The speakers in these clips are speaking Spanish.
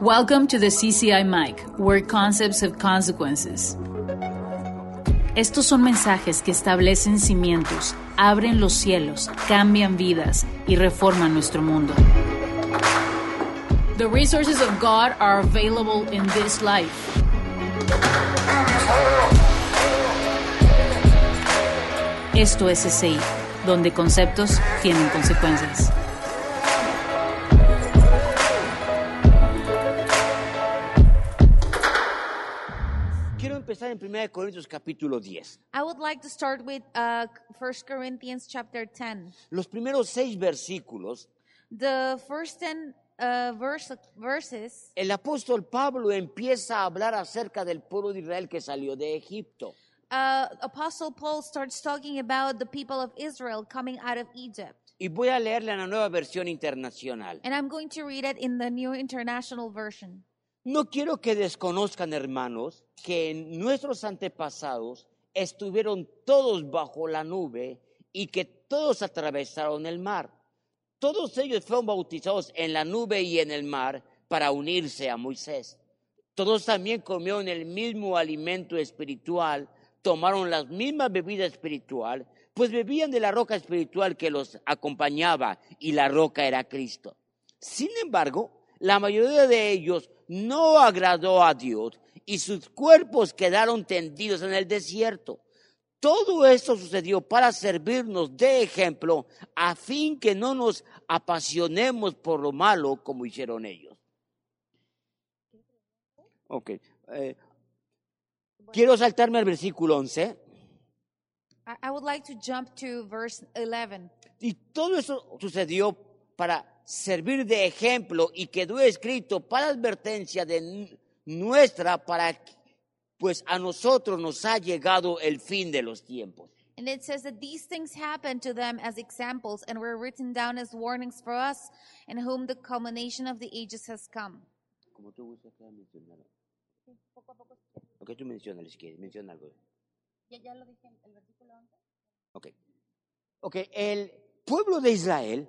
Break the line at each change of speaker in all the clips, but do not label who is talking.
Welcome to the CCI Mic, where concepts have consequences. Estos son mensajes que establecen cimientos, abren los cielos, cambian vidas y reforman nuestro mundo. The resources of God are available in this life. Esto es SCI, donde conceptos tienen consecuencias.
Quiero empezar en 1 Corintios capítulo 10.
I would like to start with uh, 1 Corinthians chapter 10.
Los primeros seis versículos,
The first 10 uh, verse, verses,
el apóstol Pablo empieza a hablar acerca del pueblo de Israel que salió de Egipto.
uh, Apostle Paul starts talking about the people of Israel coming out of Egypt.
Y voy a leerla en la nueva versión internacional.
And I'm going to read it in the New International Version.
No quiero que desconozcan, hermanos, que nuestros antepasados estuvieron todos bajo la nube y que todos atravesaron el mar. Todos ellos fueron bautizados en la nube y en el mar para unirse a Moisés. Todos también comieron el mismo alimento espiritual, tomaron la misma bebida espiritual, pues bebían de la roca espiritual que los acompañaba y la roca era Cristo. Sin embargo, la mayoría de ellos no agradó a Dios y sus cuerpos quedaron tendidos en el desierto. Todo esto sucedió para servirnos de ejemplo a fin que no nos apasionemos por lo malo como hicieron ellos. Ok. eh, quiero saltarme al versículo 11.
I, I would like to jump to verse 11.
Y todo eso sucedió para servir de ejemplo y quedó escrito para advertencia de n- nuestra para que- pues a nosotros nos ha llegado el fin de los tiempos.
And it says that these things happened to them as examples and were written down as warnings for us, in whom the culmination of the ages has come.
Como tú gustas, cada mencionar. Lo que tú mencionas, si quieres, menciona algo. Ok. Ok, el pueblo de Israel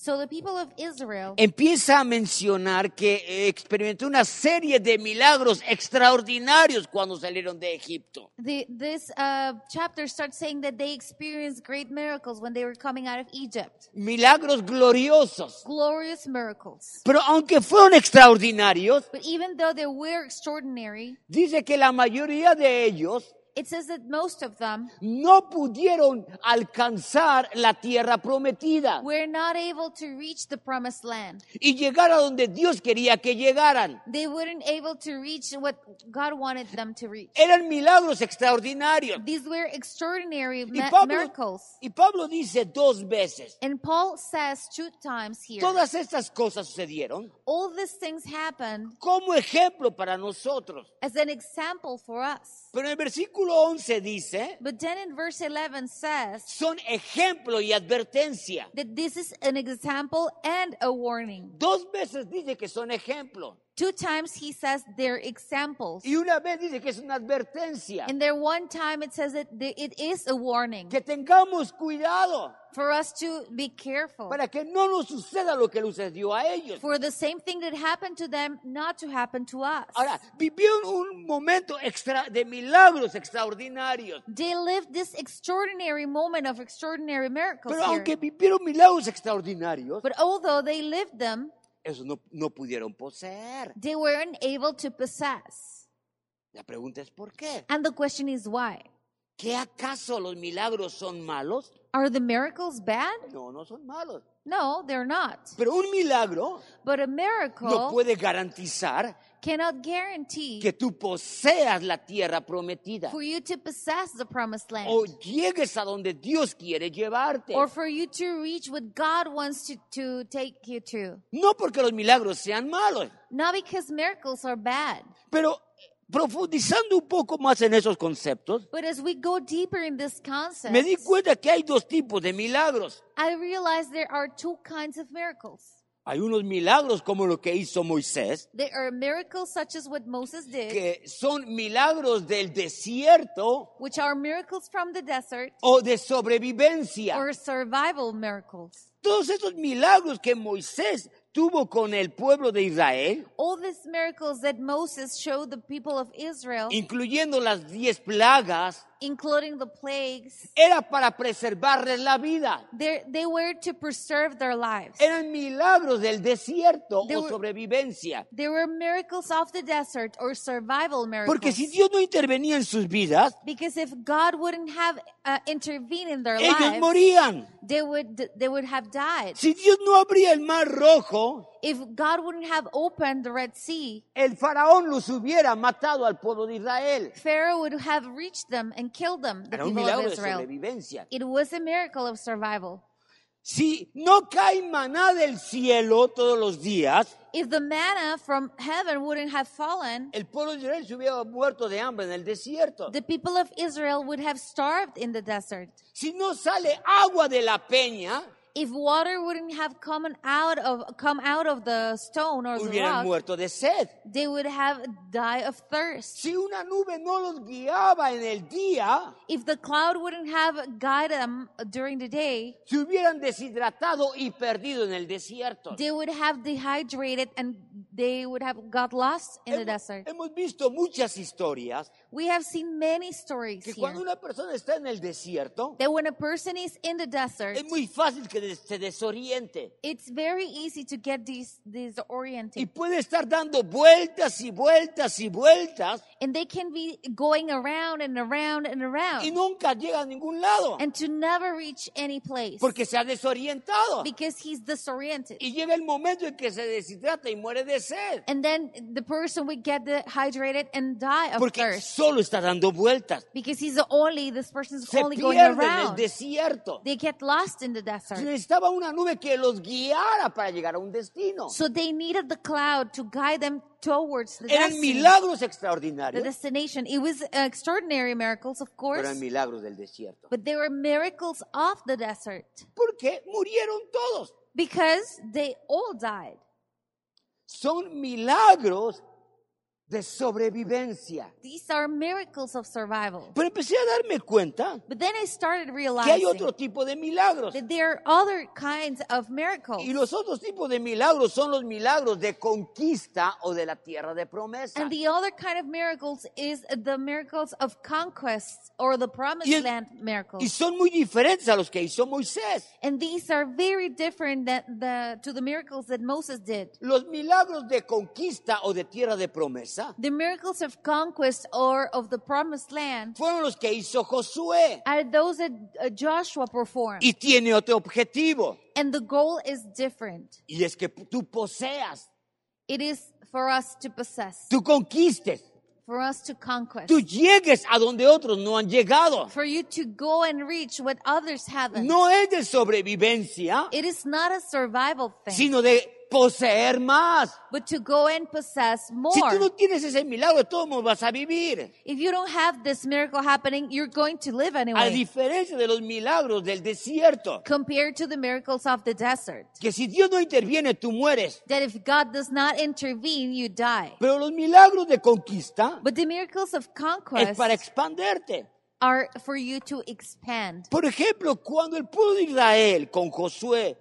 So the people of Israel
empieza a mencionar que eh, experimentó una serie de milagros extraordinarios cuando salieron de Egipto.
The, this uh, chapter starts saying that they experienced great miracles when they were coming out of Egypt.
Milagros gloriosos.
Glorious miracles.
Pero aunque fueron extraordinarios,
But even though they were extraordinary,
dice que la mayoría de ellos
it says that most of them
no pudieron alcanzar la tierra prometida
were not able to reach the promised land.
y llegar a donde Dios quería que llegaran.
They weren't able to reach what God wanted them to reach.
Eran milagros extraordinarios.
These were extraordinary
Y
ma-
Pablo,
miracles.
y Pablo dice dos veces,
And Paul says two times here,
todas estas cosas sucedieron
all these things happened
como ejemplo para nosotros.
as an example for us.
Pero en el versículo 11 dice,
But then in verse 11 says,
son ejemplo y advertencia.
that this is an example and a warning.
Dos veces dice que son ejemplo
Two times he says they're examples,
y una vez dice que es una advertencia.
and there one time it says that the- it is a warning
que tengamos cuidado
for us to be careful
para que no nos suceda lo que le sucedió a ellos.
for the same thing that happened to them not to happen to us.
Ahora, vivieron un momento extra de milagros extraordinarios.
They lived this extraordinary moment of extraordinary miracles.
Pero aunque
Here.
vivieron milagros extraordinarios,
But although they lived them,
eso no, no pudieron poseer.
they weren't able to possess.
La pregunta es ¿por qué?
And the question is why?
¿Qué acaso los milagros son malos?
Are the miracles bad?
No, no son malos.
No, they're not.
Pero un milagro
But a miracle
no puede garantizar
cannot guarantee
que tú poseas la tierra prometida
for you to possess the promised land
o llegues a donde Dios quiere llevarte.
or for you to reach what God wants to, to take you to.
No porque los milagros sean malos,
Not because miracles are bad,
pero profundizando un poco más en esos conceptos,
but as we go deeper in this concept,
me di cuenta que hay dos tipos de milagros.
I realize there are two kinds of miracles.
Hay unos milagros como lo que hizo Moisés,
There are miracles such as what Moses did,
que son milagros del desierto
which are miracles from the desert
o de sobrevivencia.
or survival miracles.
Todos esos milagros que Moisés tuvo con el pueblo de Israel,
All these miracles that Moses showed the people of Israel,
incluyendo las diez plagas,
including the plagues,
era para preservarles la vida.
they they were to preserve their lives.
Eran milagros del desierto
They
o
were-
sobrevivencia.
They were miracles of the desert or survival
Porque
miracles.
si Dios no intervenía en sus vidas,
Because if God wouldn't have uh, intervened in their
ellos
lives,
morían.
they would they would have died.
Si Dios no abría el mar rojo,
If God wouldn't have opened the Red Sea,
el faraón los hubiera matado al pueblo de Israel.
Pharaoh would have reached them and killed them, the
Era un
people of
milagro de
Israel.
sobrevivencia.
It was a miracle of survival.
Si no cae maná del cielo todos los días,
If the manna from heaven wouldn't have fallen,
el pueblo de Israel se hubiera muerto de hambre en el desierto.
the people of Israel would have starved in the desert.
Si no sale agua de la peña,
If water wouldn't have come out of come out of the stone or the
hubieran
rock,
muerto de sed.
they would have died of thirst.
Si una nube no los guiaba en el día,
If the cloud wouldn't have guided them during the day,
se hubieran deshidratado y perdido en el desierto.
they would have dehydrated and they would have got lost in the
Hemos,
desert.
hemos visto muchas historias
We have seen many stories
que
here
cuando una persona está en el desierto,
that when a person is in the desert,
es muy fácil que des- se desoriente.
it's very easy to get these
Y
disoriented,
puede estar dando vueltas y vueltas y vueltas
and they can be going around and around and
y
around,
nunca llega a ningún lado
and to never reach any place
porque se ha desorientado.
because he's disoriented.
Y llega el momento en que se deshidrata y muere de sed
And then the person would get dehydrated and die of
porque
thirst
solo está dando vueltas.
because he's the only this person's
Se
only going
pierde en el
around.
desierto.
They get lost in the
Se
desert.
necesitaba una nube que los guiara para llegar a un destino.
So they needed the cloud to guide them towards the,
Eran
destiny,
milagros
the
extraordinarios,
destination. It was extraordinary miracles, of
pero eran
course,
milagros del desierto.
but they were miracles of the desert
Porque murieron todos.
because they all died.
Son milagros de sobrevivencia.
These are miracles of survival.
Pero empecé a darme cuenta
But then I started
que hay
realizing
otro tipo de milagros.
that there are other kinds of miracles.
Y los otros tipos de milagros son los milagros de conquista o de la tierra de promesa.
And the other kind of miracles is the miracles of conquest or the promised
Y el-
land
Y
miracles.
son muy diferentes a los que hizo Moisés.
And these are very different than the, to the miracles that Moses did.
Los milagros de conquista o de tierra de promesa
The miracles of conquest or of the promised land
fueron los que hizo Josué.
are those that uh, Joshua performed.
Y tiene otro objetivo.
And the goal is different.
Y es que tú poseas,
It is for us to possess,
tú conquistes,
for us to conquest,
tú llegues a donde otros no han llegado.
for you to go and reach what others haven't.
No es de sobrevivencia,
It is not a survival thing,
sino de poseer más.
but to go and possess more.
Si tú no tienes ese milagro, de todos modos vas a vivir.
If you don't have this miracle happening, you're going to live
A
anyway.
diferencia de los milagros del desierto,
Compared to the miracles of the desert,
que si Dios no interviene, tú mueres.
that if God does not intervene, you die.
Pero los milagros de conquista
But the miracles of
es
conquest
para expanderte.
are for you to expand.
Por ejemplo, cuando el pueblo de Israel con Josué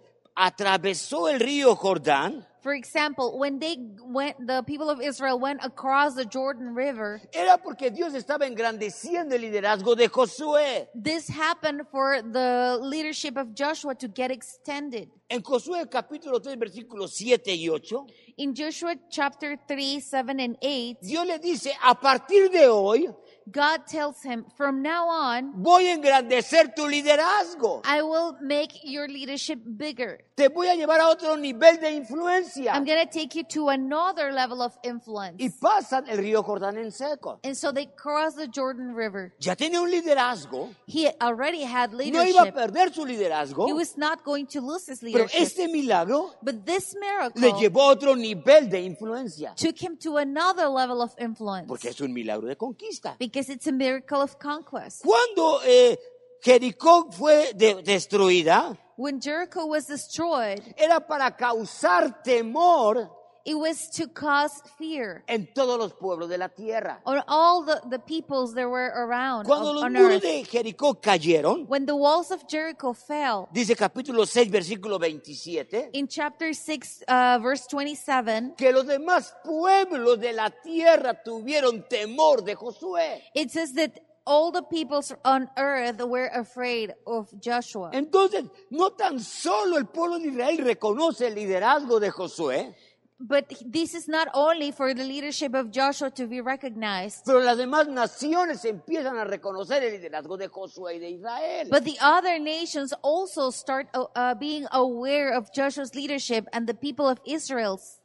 atravesó el río Jordán,
For example, when they went, the people of Israel went across the Jordan River.
era porque Dios estaba engrandeciendo el liderazgo de Josué.
This happened for the leadership of Joshua to get extended.
En Josué capítulo 3, versículos 7 y 8,
In Joshua chapter 3, 7 and 8,
Dios le dice, a partir de hoy
God tells him, from now on,
voy a engrandecer tu liderazgo.
I will make your leadership bigger.
Te voy a llevar a otro nivel de influencia.
I'm going to take you to another level of influence.
Y pasan el río Jordán en seco.
And so they crossed the Jordan River.
Ya tenía un liderazgo.
He already had
No iba a
leadership.
perder su liderazgo.
He was not going to lose his
Pero
leadership. Oh.
este milagro
But this
le
miracle
llevó a otro nivel de influencia.
took him to another level of influence
Porque es un milagro de conquista.
because it's a miracle of conquest.
Cuando eh, Jericó fue de- destruida,
When Jericho was destroyed,
era para causar temor
It was to cause fear
en todos los pueblos de la tierra.
on all the, the peoples that were around
Cuando
of-
los
on
muros
earth.
de Jericó cayeron,
When the walls of Jericho fell,
dice capítulo 6, versículo 27,
in chapter 6, uh, verse 27,
que los demás pueblos de la tierra tuvieron temor de Josué.
it says that all the peoples on earth were afraid of Joshua.
Entonces, no tan solo el pueblo de Israel reconoce el liderazgo de Josué,
But this is not only for the leadership of Joshua to be recognized,
pero las demás naciones empiezan a reconocer el liderazgo de Josué y de Israel.
but the other nations also start uh, uh, being aware of Joshua's leadership and the people of Israel's.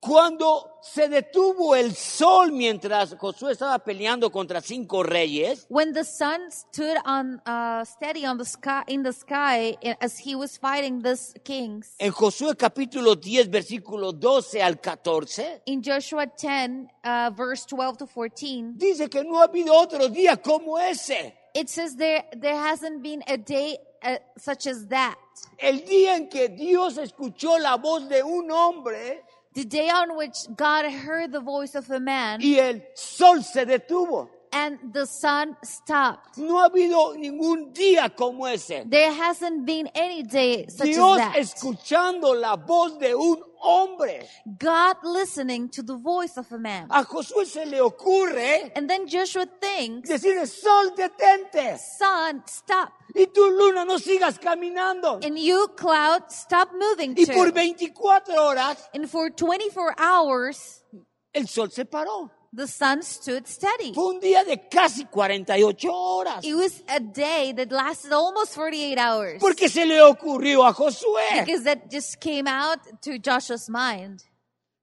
Cuando se detuvo el sol mientras Josué estaba peleando contra cinco reyes,
When the sun stood on uh, steady on the sky in the sky i- as he was fighting these kings,
en Josué capítulo 10, versículo 12 al 14,
in Joshua 10, uh, verse 12 to 14,
dice que no ha habido otro día como ese.
it says there there hasn't been a day uh, such as that.
El día en que Dios escuchó la voz de un hombre
The day on which God heard the voice of a man
y el sol se detuvo.
and the sun stopped.
No ha habido ningún día como ese.
There hasn't been any day such
Dios
as that.
escuchando la voz de un hombre.
God listening to the voice of a man.
A Josué se le ocurre
And then Joshua thinks,
decirle, sol, detente.
Sun, stop.
Y tú, luna, no sigas caminando.
And you, cloud, stop moving
Y por
too.
24 horas
And for 24 hours,
el sol se paró.
the sun stood steady.
Fue un día de casi 48 horas.
It was a day that lasted almost 48 hours.
Porque se le ocurrió a Josué.
Because that just came out to Joshua's mind.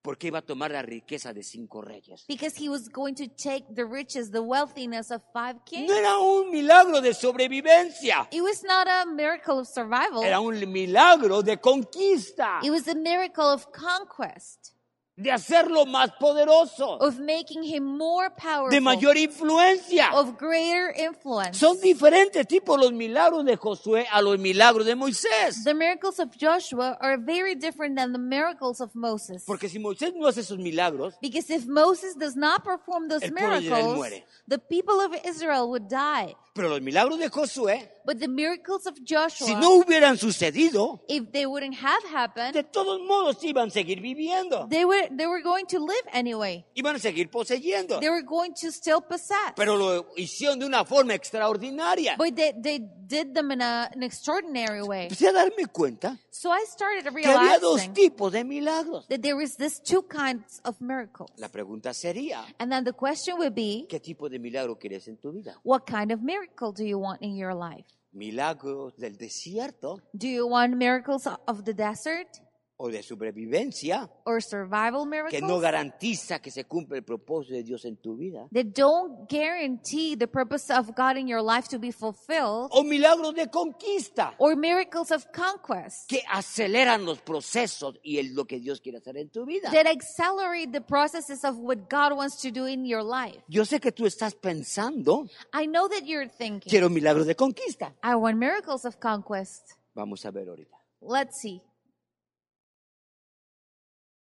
Porque iba a tomar la riqueza de cinco reyes.
Because he was going to take the riches, the wealthiness of five kings.
No era un milagro de sobrevivencia.
It was not a miracle of survival.
Era un milagro de conquista.
It was a miracle of conquest,
de hacerlo más poderoso,
of making him more powerful,
de mayor influencia.
of greater influence.
Son diferentes tipos los milagros de Josué a los milagros de Moisés.
the miracles of Joshua are very different than the miracles of Moses.
Porque si Moisés no hace esos milagros,
because if Moses does not perform those
El pueblo de Israel
miracles,
muere.
the people of Israel would die.
pero los milagros de Josué,
But the miracles of Joshua,
si no hubieran sucedido,
if they wouldn't have happened,
de todos modos iban a seguir viviendo,
they were they were going to live anyway.
iban a seguir poseyendo.
They were going to still possess.
Pero lo hicieron de una forma extraordinaria.
but they, they did them in a, an extraordinary way.
Empecé Pues, a darme cuenta
So I started
que había
realizing
dos tipos de milagros.
that there is this two kinds of miracles.
La pregunta sería,
And then the question would be,
¿qué tipo de milagro quieres en tu vida?
what kind of miracle do you want in your life?
¿Milagros del desierto?
Do you want miracles of the desert
o de sobrevivencia
or survival
que no
miracles
garantiza que se cumpla el propósito de Dios en tu vida.
that don't guarantee the purpose of God in your life to be fulfilled
O milagros de conquista
or miracles of conquest
que aceleran los procesos y es lo que Dios quiere hacer en tu vida.
that accelerate the processes of what God wants to do in your life?
Yo sé que tú estás pensando,
I know that you're thinking,
quiero milagros de conquista.
I want miracles of conquest.
Vamos a ver ahorita.
Let's see.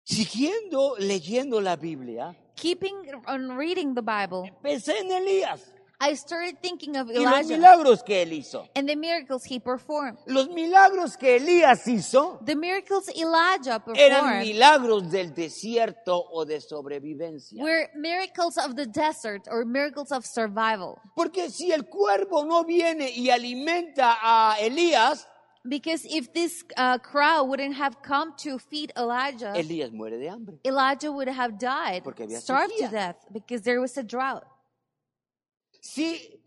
Siguiendo leyendo la Biblia,
Keeping on reading the Bible,
pensé en Elías
I started thinking of
y los
Elijah.
milagros que él hizo.
and the miracles he performed.
Los milagros que Elías hizo
The miracles Elijah
eran
performed
milagros del desierto o de sobrevivencia.
were miracles of the desert or miracles of survival.
Porque si el cuervo no viene y alimenta a Elías,
Because if this uh, crowd wouldn't have come to feed Elijah,
Elías muere de hambre.
Elijah would have died,
Porque había
starved to
sequía.
death, because there was a drought.
Si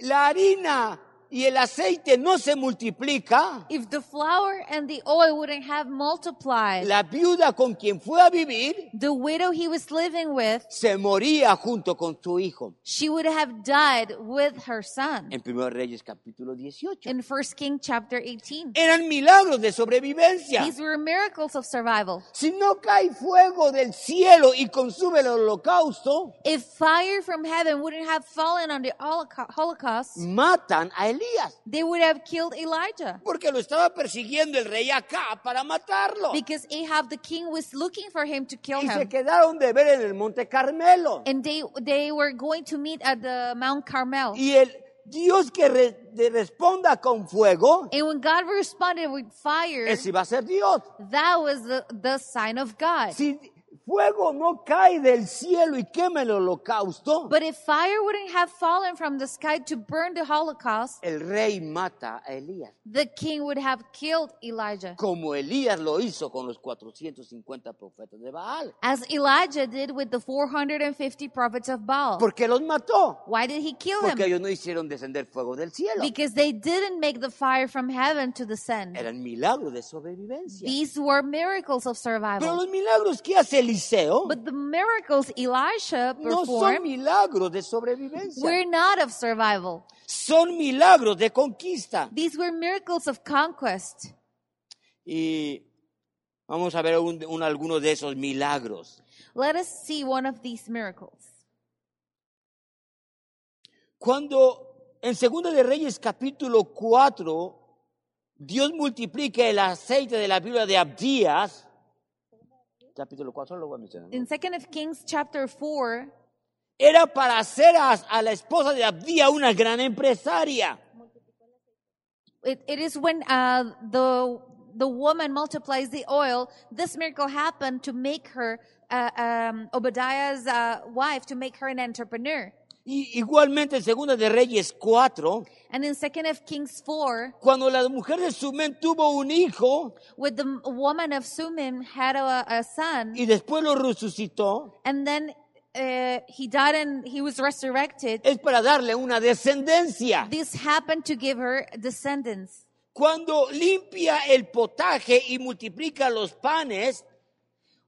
la harina y el aceite no se multiplica,
If the flour and the oil wouldn't have multiplied,
la viuda con quien fue a vivir
the widow he was living with,
se moría junto con su hijo.
she would have died with her son.
En 1 Reyes capítulo 18.
In First King chapter 18,
Eran milagros de sobrevivencia.
these were miracles of survival.
Si no cae fuego del cielo y consume el holocausto, Mm.
If fire from heaven wouldn't have fallen on the holoca- Holocaust,
matan a Elías,
They would have killed Elijah
porque lo estaba persiguiendo el rey acá para matarlo.
because Ahab the king was looking for him to kill
Y se
him.
quedaron de ver en el Monte Carmelo.
And they, they were going to meet at the Mount Carmel.
Y el Dios que re- le responda con fuego,
And when God responded with fire,
ese va a ser Dios.
that was the, the sign of God.
Si fuego no cae del cielo y quema el holocausto,
But if fire wouldn't have fallen from the sky to burn the Holocaust,
el rey mata a Elías,
the king would have killed Elijah,
como Elías lo hizo con los 450 profetas de Baal,
as Elijah did with the 450 prophets of Baal.
porque los mató,
Why did he kill
porque
him?
ellos no hicieron descender fuego del cielo.
Because they didn't make the fire from heaven to descend.
Eran milagros de sobrevivencia.
These were miracles of
Pero
survival.
los milagros que hace Eliseo
But the miracles Elisha
no son
performed
milagros de sobrevivencia,
were not of survival.
son milagros de conquista.
These were miracles of conquest.
Y vamos a ver un, un- algunos de esos milagros.
Let us see one of these miracles.
Cuando en Segunda de Reyes capítulo 4, Dios multiplica el aceite de la viuda de Abdías. Capítulo 4 lo voy a mencionar.
In Second of Kings chapter 4,
Era para hacer a, a la esposa de Abdías una gran empresaria.
it, it is when uh, the the woman multiplies the oil. This miracle happened to make her uh, um, Obadiah's uh, wife to make her an entrepreneur.
Y igualmente en Segunda de Reyes 4,
And in Second of Kings 4,
cuando la mujer de Sumén tuvo un hijo
with the m- woman of Sumim had a, a son,
y después lo resucitó,
and then uh, he died and he was resurrected.
es para darle una descendencia.
This happened to give her descendants.
Cuando limpia el potaje y multiplica los panes,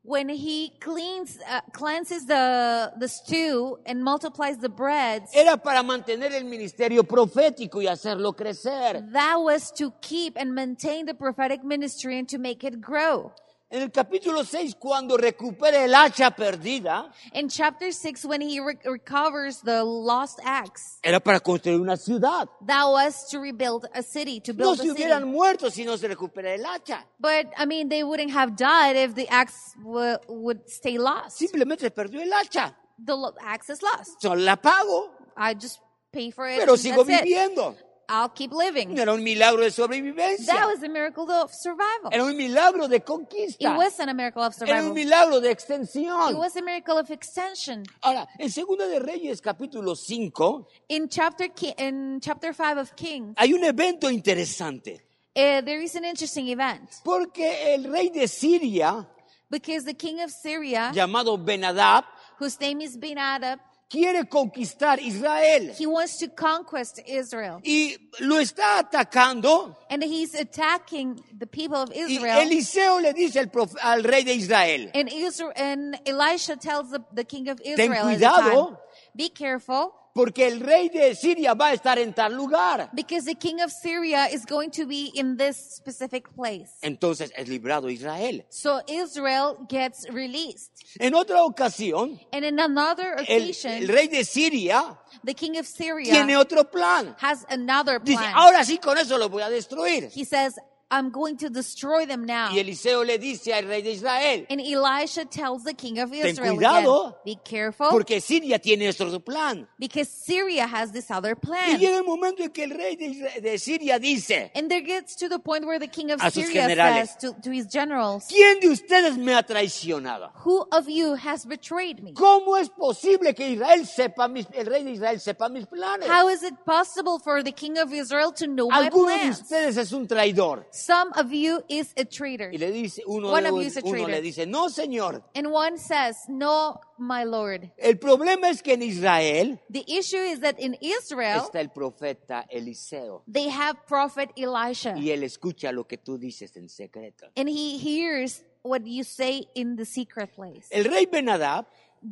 when he cleans uh, cleanses the the stew and multiplies the breads
era para mantener el ministerio profético y hacerlo crecer.
that was to keep and maintain the prophetic ministry and to make it grow
En el capítulo 6, cuando recupera el hacha perdida,
in chapter 6 when he re- recovers the lost axe
era para construir una ciudad.
that was to rebuild a city to
No
build
se
a city
hubieran muerto si no se recupera el hacha.
but i mean they wouldn't have died if the axe w- would stay lost
Simplemente se perdió el hacha.
the lo- axe is lost
Yo la pago,
i just pay for it
pero
and
sigo
that's it.
viviendo.
i'll keep living
No era un milagro de
that
sobrevivencia.
was a miracle of survival
Era un milagro de
It
conquista.
wasn't a miracle of
Era un
survival.
milagro de
It
extensión.
was a miracle of extension.
Ahora, en Segunda de Reyes capítulo 5
In chapter Ki- in chapter five of Kings,
hay un evento interesante,
uh, there is an interesting event
porque el rey de Siria,
because the king of Syria,
llamado Benadab,
whose name is Ben Adab,
quiere conquistar Israel
he wants to conquest Israel,
y lo está atacando
and he's attacking the people of
y
Israel.
Eliseo le dice al, prof- al rey de Israel,
And Israel and Elisha tells the, the king of Israel,
Ten
at the time,
cuidado.
be careful,
porque el rey de Siria va a estar en tal lugar.
because the king of Syria is going to be in this specific place.
Entonces es librado Israel.
So Israel gets released.
En otra ocasión,
And in another
el,
occasion,
el rey de Siria
the king of
tiene
Syria
otro plan.
has another
Dice,
plan.
ahora sí con eso lo voy a destruir.
He says, I'm going to destroy them now.
Y Eliseo le dice al rey de Israel,
And Elisha tells the king of Israel,
cuidado,
again, be careful,
porque Siria tiene otro plan.
because Syria has this other
Y
plan.
llega el momento en que el rey de, Isra- de Siria dice,
And there gets to the point where the king of
A sus
Syria
generales.
says to, to his generals,
¿quién de ustedes me ha traicionado?
who of you has betrayed me?
¿Cómo es posible que Israel sepa mis- el rey de Israel sepa mis planes?
How is it possible for the king of Israel to know my
Alguno de
plans?
ustedes es un traidor.
Some of you is a traitor.
Y le dice, uno,
One
de-
of you is a
uno le
traitor.
dice, no señor,
And one says, no, my lord.
el problema es que en Israel
The issue is that in Israel,
está el profeta Eliseo
they have prophet Elisha
y él escucha lo que tú dices en secreto.
and he hears what you say in the secret place.
El rey Benadab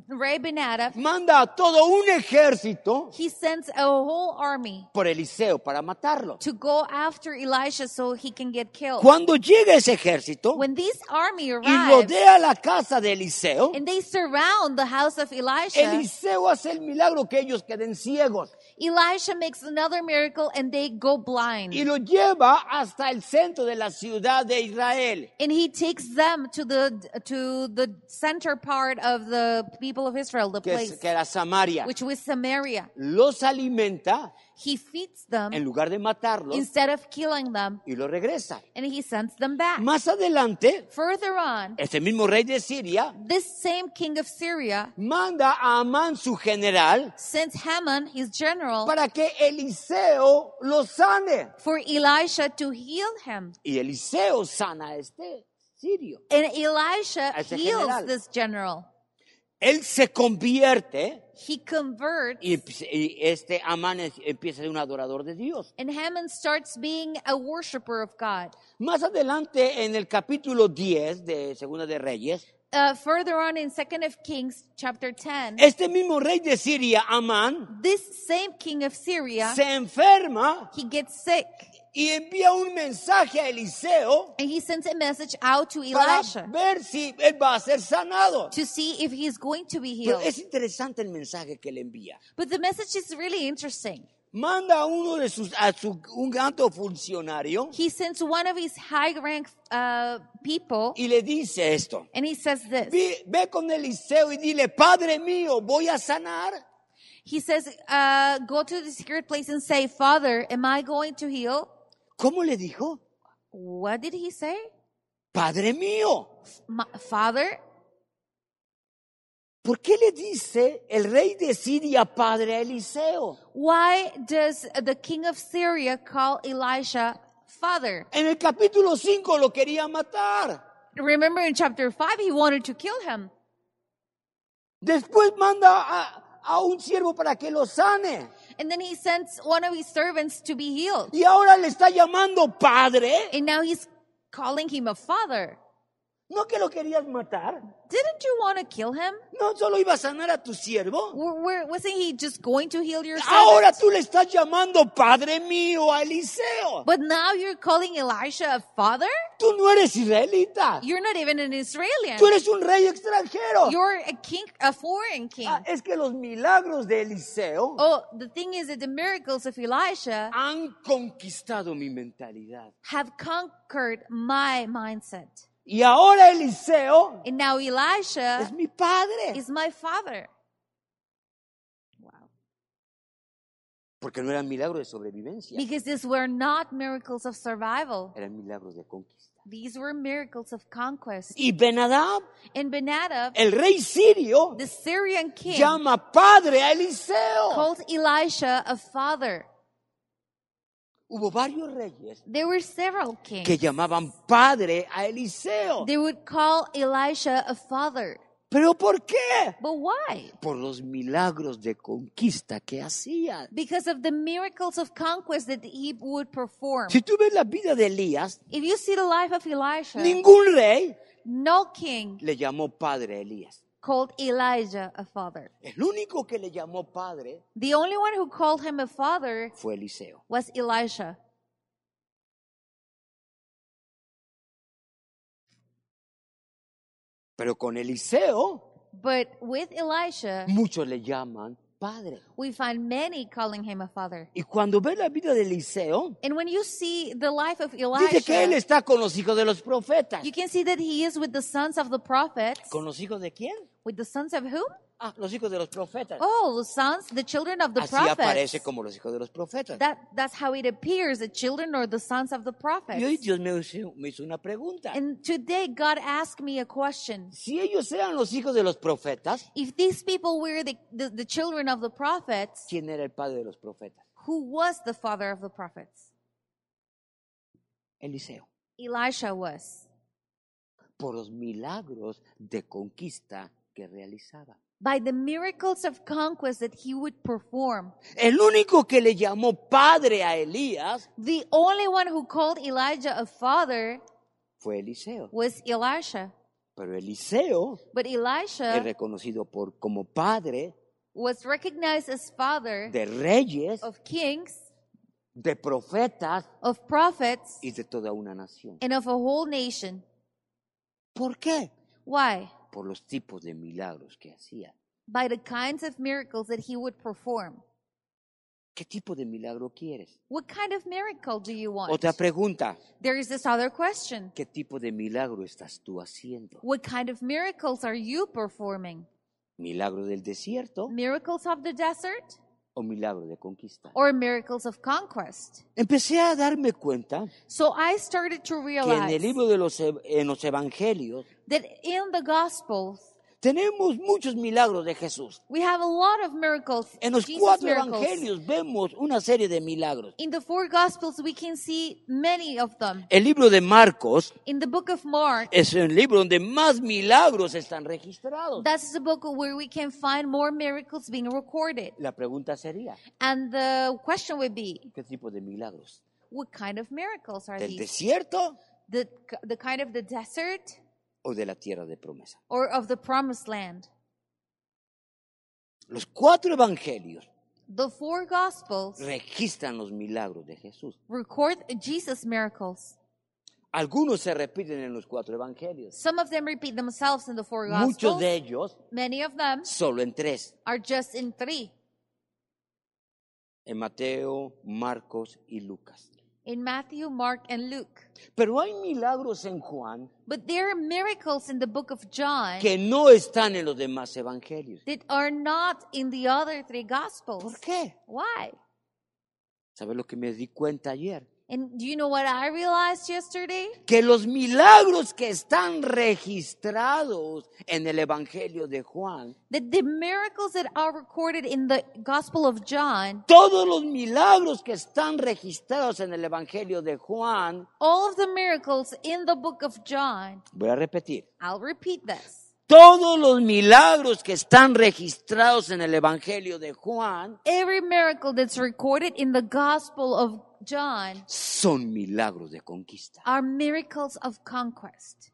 Ray Ben Adab,
manda a todo un ejército
he sends a whole army
por Eliseo para matarlo.
to go after Elisha so he can get killed.
Cuando llega ese ejército
When this army
y
arrives
rodea la casa de Eliseo,
and they surround the house of Elisha,
Eliseo hace el milagro que ellos queden ciegos.
Elisha makes another miracle and they go blind.
y lo lleva hasta el centro de la ciudad de Israel.
and he takes them to the to the center part of the people of Israel, the
que, es-
place
que era Samaria.
which was Samaria.
Los alimenta
He feeds them
en lugar de matarlos
instead of killing them,
y los regresa.
and he sends them back.
Más adelante,
Further on,
este mismo rey de Siria
this same king of Syria
manda a Amán, su general,
sends Haman, his general,
para que Eliseo lo sane.
for Elisha to heal him.
Y Eliseo sana a este sirio.
And Elisha
Ese
heals
general.
this general.
Él se convierte
He converts,
y, y este Amán es- empieza a ser un adorador de Dios.
and Haman starts being a worshiper of God.
Más adelante, en el capítulo 10 de Segunda de Reyes,
Uh, further on in Second of Kings chapter 10,
este mismo rey de Siria, Amán,
this same king of Syria,
se enferma
he gets sick
y envía un mensaje a Eliseo
and he sends a message out to
para
Elisha
ver si él va a ser sanado.
to see if he's going to be
Pero
healed.
es interesante el mensaje que le envía.
But the message is really interesting.
Manda a uno de sus, a su, un alto funcionario
He sends one of his high rank uh, people
y le dice esto.
and he says this.
Ve, ve con Eliseo y dile, Padre mío, voy a sanar.
He says, uh, go to the secret place and say, Father, am I going to heal?
¿Cómo le dijo?
What did he say?
Padre mío.
My, Father?
¿Por qué le dice el rey de Siria padre a Eliseo?
Why does the king of Syria call Elisha father?
En el capítulo 5 lo quería matar.
Remember in chapter 5, he wanted to kill him.
Después manda a, a un siervo para que lo sane.
And then he sends one of his servants to be healed.
Y ahora le está llamando padre.
And now he's calling him a father.
No que lo querías matar.
Didn't you want to kill him?
No solo iba a sanar a tu siervo.
Were, were, wasn't he just going to heal your servant?
Ahora tú le estás llamando padre mío a Eliseo.
But now you're calling Elisha a father?
Tú no eres israelita.
You're not even an Israeli.
Tú eres un rey extranjero.
You're a king, a foreign king.
Ah, es que los milagros de Eliseo
Oh, the thing is that the miracles of Elisha
han conquistado mi mentalidad.
have conquered my mindset.
Y ahora Eliseo
And now
Ah. es
Elisha
mi padre.
is my father.
Porque no eran milagros de sobrevivencia.
Because these were not miracles of survival.
Eran milagros de conquista.
These were miracles of conquest.
Y Benadab,
In Benadab,
el rey sirio,
the Syrian king
llama padre a Eliseo.
called Elisha a father.
Hubo varios reyes
There were several kings.
que llamaban padre a Eliseo.
They would call Elisha a father.
¿Pero por qué?
But why?
Por los milagros de conquista que hacía.
Because of the miracles of conquest that he would perform.
Si tú ves la vida de Elías,
If you see the life of Elisha,
ningún rey
no king
le llamó padre a Elías.
called Elijah a father.
El único que le llamó padre
The only one who called him a father
fue Eliseo.
was Elisha.
Pero con Eliseo,
But with Elisha,
muchos le llaman padre.
we find many calling him a father.
Y cuando ves la vida de Eliseo,
And when you see the life of
dice que él
Elisha,
está con los hijos de los profetas.
you can see that he is with the sons of the prophets.
¿Con los hijos de quién?
With the sons of whom?
Ah, los hijos de los profetas.
Oh, the sons, the children of the
Así aparece
prophets.
como los hijos de los profetas.
That, that's how it appears, the children or the sons of the
Y hoy
prophets.
Dios me hizo, me hizo una pregunta.
And today God asked me a question.
Si ellos eran los hijos de los profetas,
If these people were the, the, the children of the prophets,
¿quién era el padre de los profetas?
who was the father of the prophets?
Eliseo.
Elisha was.
Por los milagros de conquista que realizaba.
By the miracles of conquest that he would perform.
El único que le llamó padre a Elías
The only one who called Elijah a father
fue Eliseo.
was Elisha.
Pero Eliseo
But
es
Elisha
reconocido por, como padre
was recognized as father
de reyes,
of kings,
de profetas
of prophets,
y de toda una nación.
and of a whole nation.
Eh, ¿Por qué?
Why?
Por los tipos de milagros que hacía.
By the kinds of miracles that he would perform.
¿Qué tipo de milagro quieres?
What kind of miracle do you want?
Otra pregunta,
There is this other question.
¿qué tipo de milagro estás tú haciendo?
What kind of miracles are you performing?
¿Milagro del desierto
Miracles of the desert
o milagro de conquista?
or miracles of conquest?
Empecé a darme cuenta
So I started to
que en el
realize
libro de los, ev- en los evangelios
that in the Gospels,
tenemos muchos milagros de Jesús.
we have a lot of miracles.
En los
Jesus
cuatro
miracles.
evangelios vemos una serie de milagros.
In the four Gospels, we can see many of them.
El libro de Marcos
In the book of Mark,
es el libro donde más milagros están registrados.
that's the book where we can find more miracles being recorded.
La pregunta sería,
And the question would be,
¿qué tipo de milagros?
what kind of miracles are
¿Del
these?
desierto
The, the kind of the desert
o de la tierra de promesa?
or of the promised land?
Los cuatro evangelios
The four Gospels
registran los milagros de Jesús.
record Jesus' miracles.
Algunos se repiten en los cuatro evangelios.
Some of them repeat themselves in the four
Muchos
Gospels.
de ellos
Many of them
solo en tres.
are just in three
En Mateo, Marcos y Lucas.
in Matthew, Mark, and Luke.
Pero hay milagros en Juan
But there are miracles in the book of John
que no están en los demás evangelios.
that are not in the other three Gospels.
¿Por qué?
Why?
¿Sabes lo que me di cuenta ayer?
And do you know what I realized yesterday?
Que los milagros que están registrados en el Evangelio de Juan,
That the miracles that are recorded in the Gospel of John,
todos los milagros que están registrados en el Evangelio de Juan,
all of the miracles in the book of John,
voy a repetir,
I'll repeat this.
todos los milagros que están registrados en el Evangelio de Juan
Every miracle that's recorded in the Gospel of John
son milagros de conquista.
are miracles of conquest.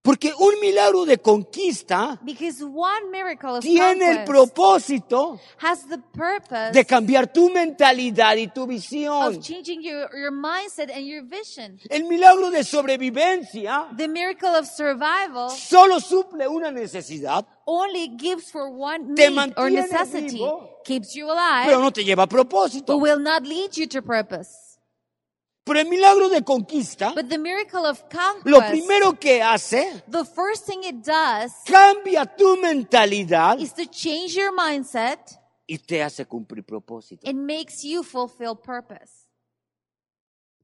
Porque un milagro de conquista
Because one miracle of
tiene el
conquest
propósito
has the purpose
de cambiar tu mentalidad y tu visión.
of changing your, your mindset and your vision.
El milagro de sobrevivencia
The miracle of survival
solo suple una necesidad,
only gives for one
Te
need or
mantiene
necessity,
vivo.
keeps you
pero
alive,
no te lleva a
but
propósito.
will not lead you to purpose.
Pero el milagro de conquista,
But the miracle of
lo
conquest,
primero que hace,
the first thing it does
cambia tu mentalidad
is to change your mindset
y te hace cumplir propósito.
It makes you fulfill purpose.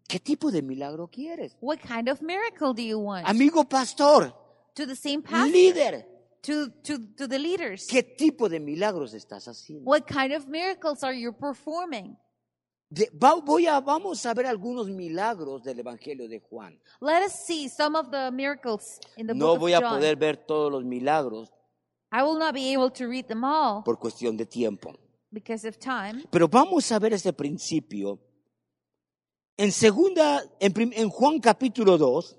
¿Qué tipo de milagro quieres?
What kind of miracle do you want?
Amigo pastor,
to the same pastor,
líder,
to, to, to the leaders.
¿qué tipo de milagros estás haciendo?
What kind of miracles are you performing?
De- va- voy a, vamos a ver algunos milagros del Evangelio de Juan.
Let us see some of the miracles in the
No
book
voy
of
a
John.
poder ver todos los milagros
I will not be able to read them all
por cuestión de tiempo.
because of time.
Pero vamos a ver ese principio. En segunda, en, prim- en Juan capítulo 2,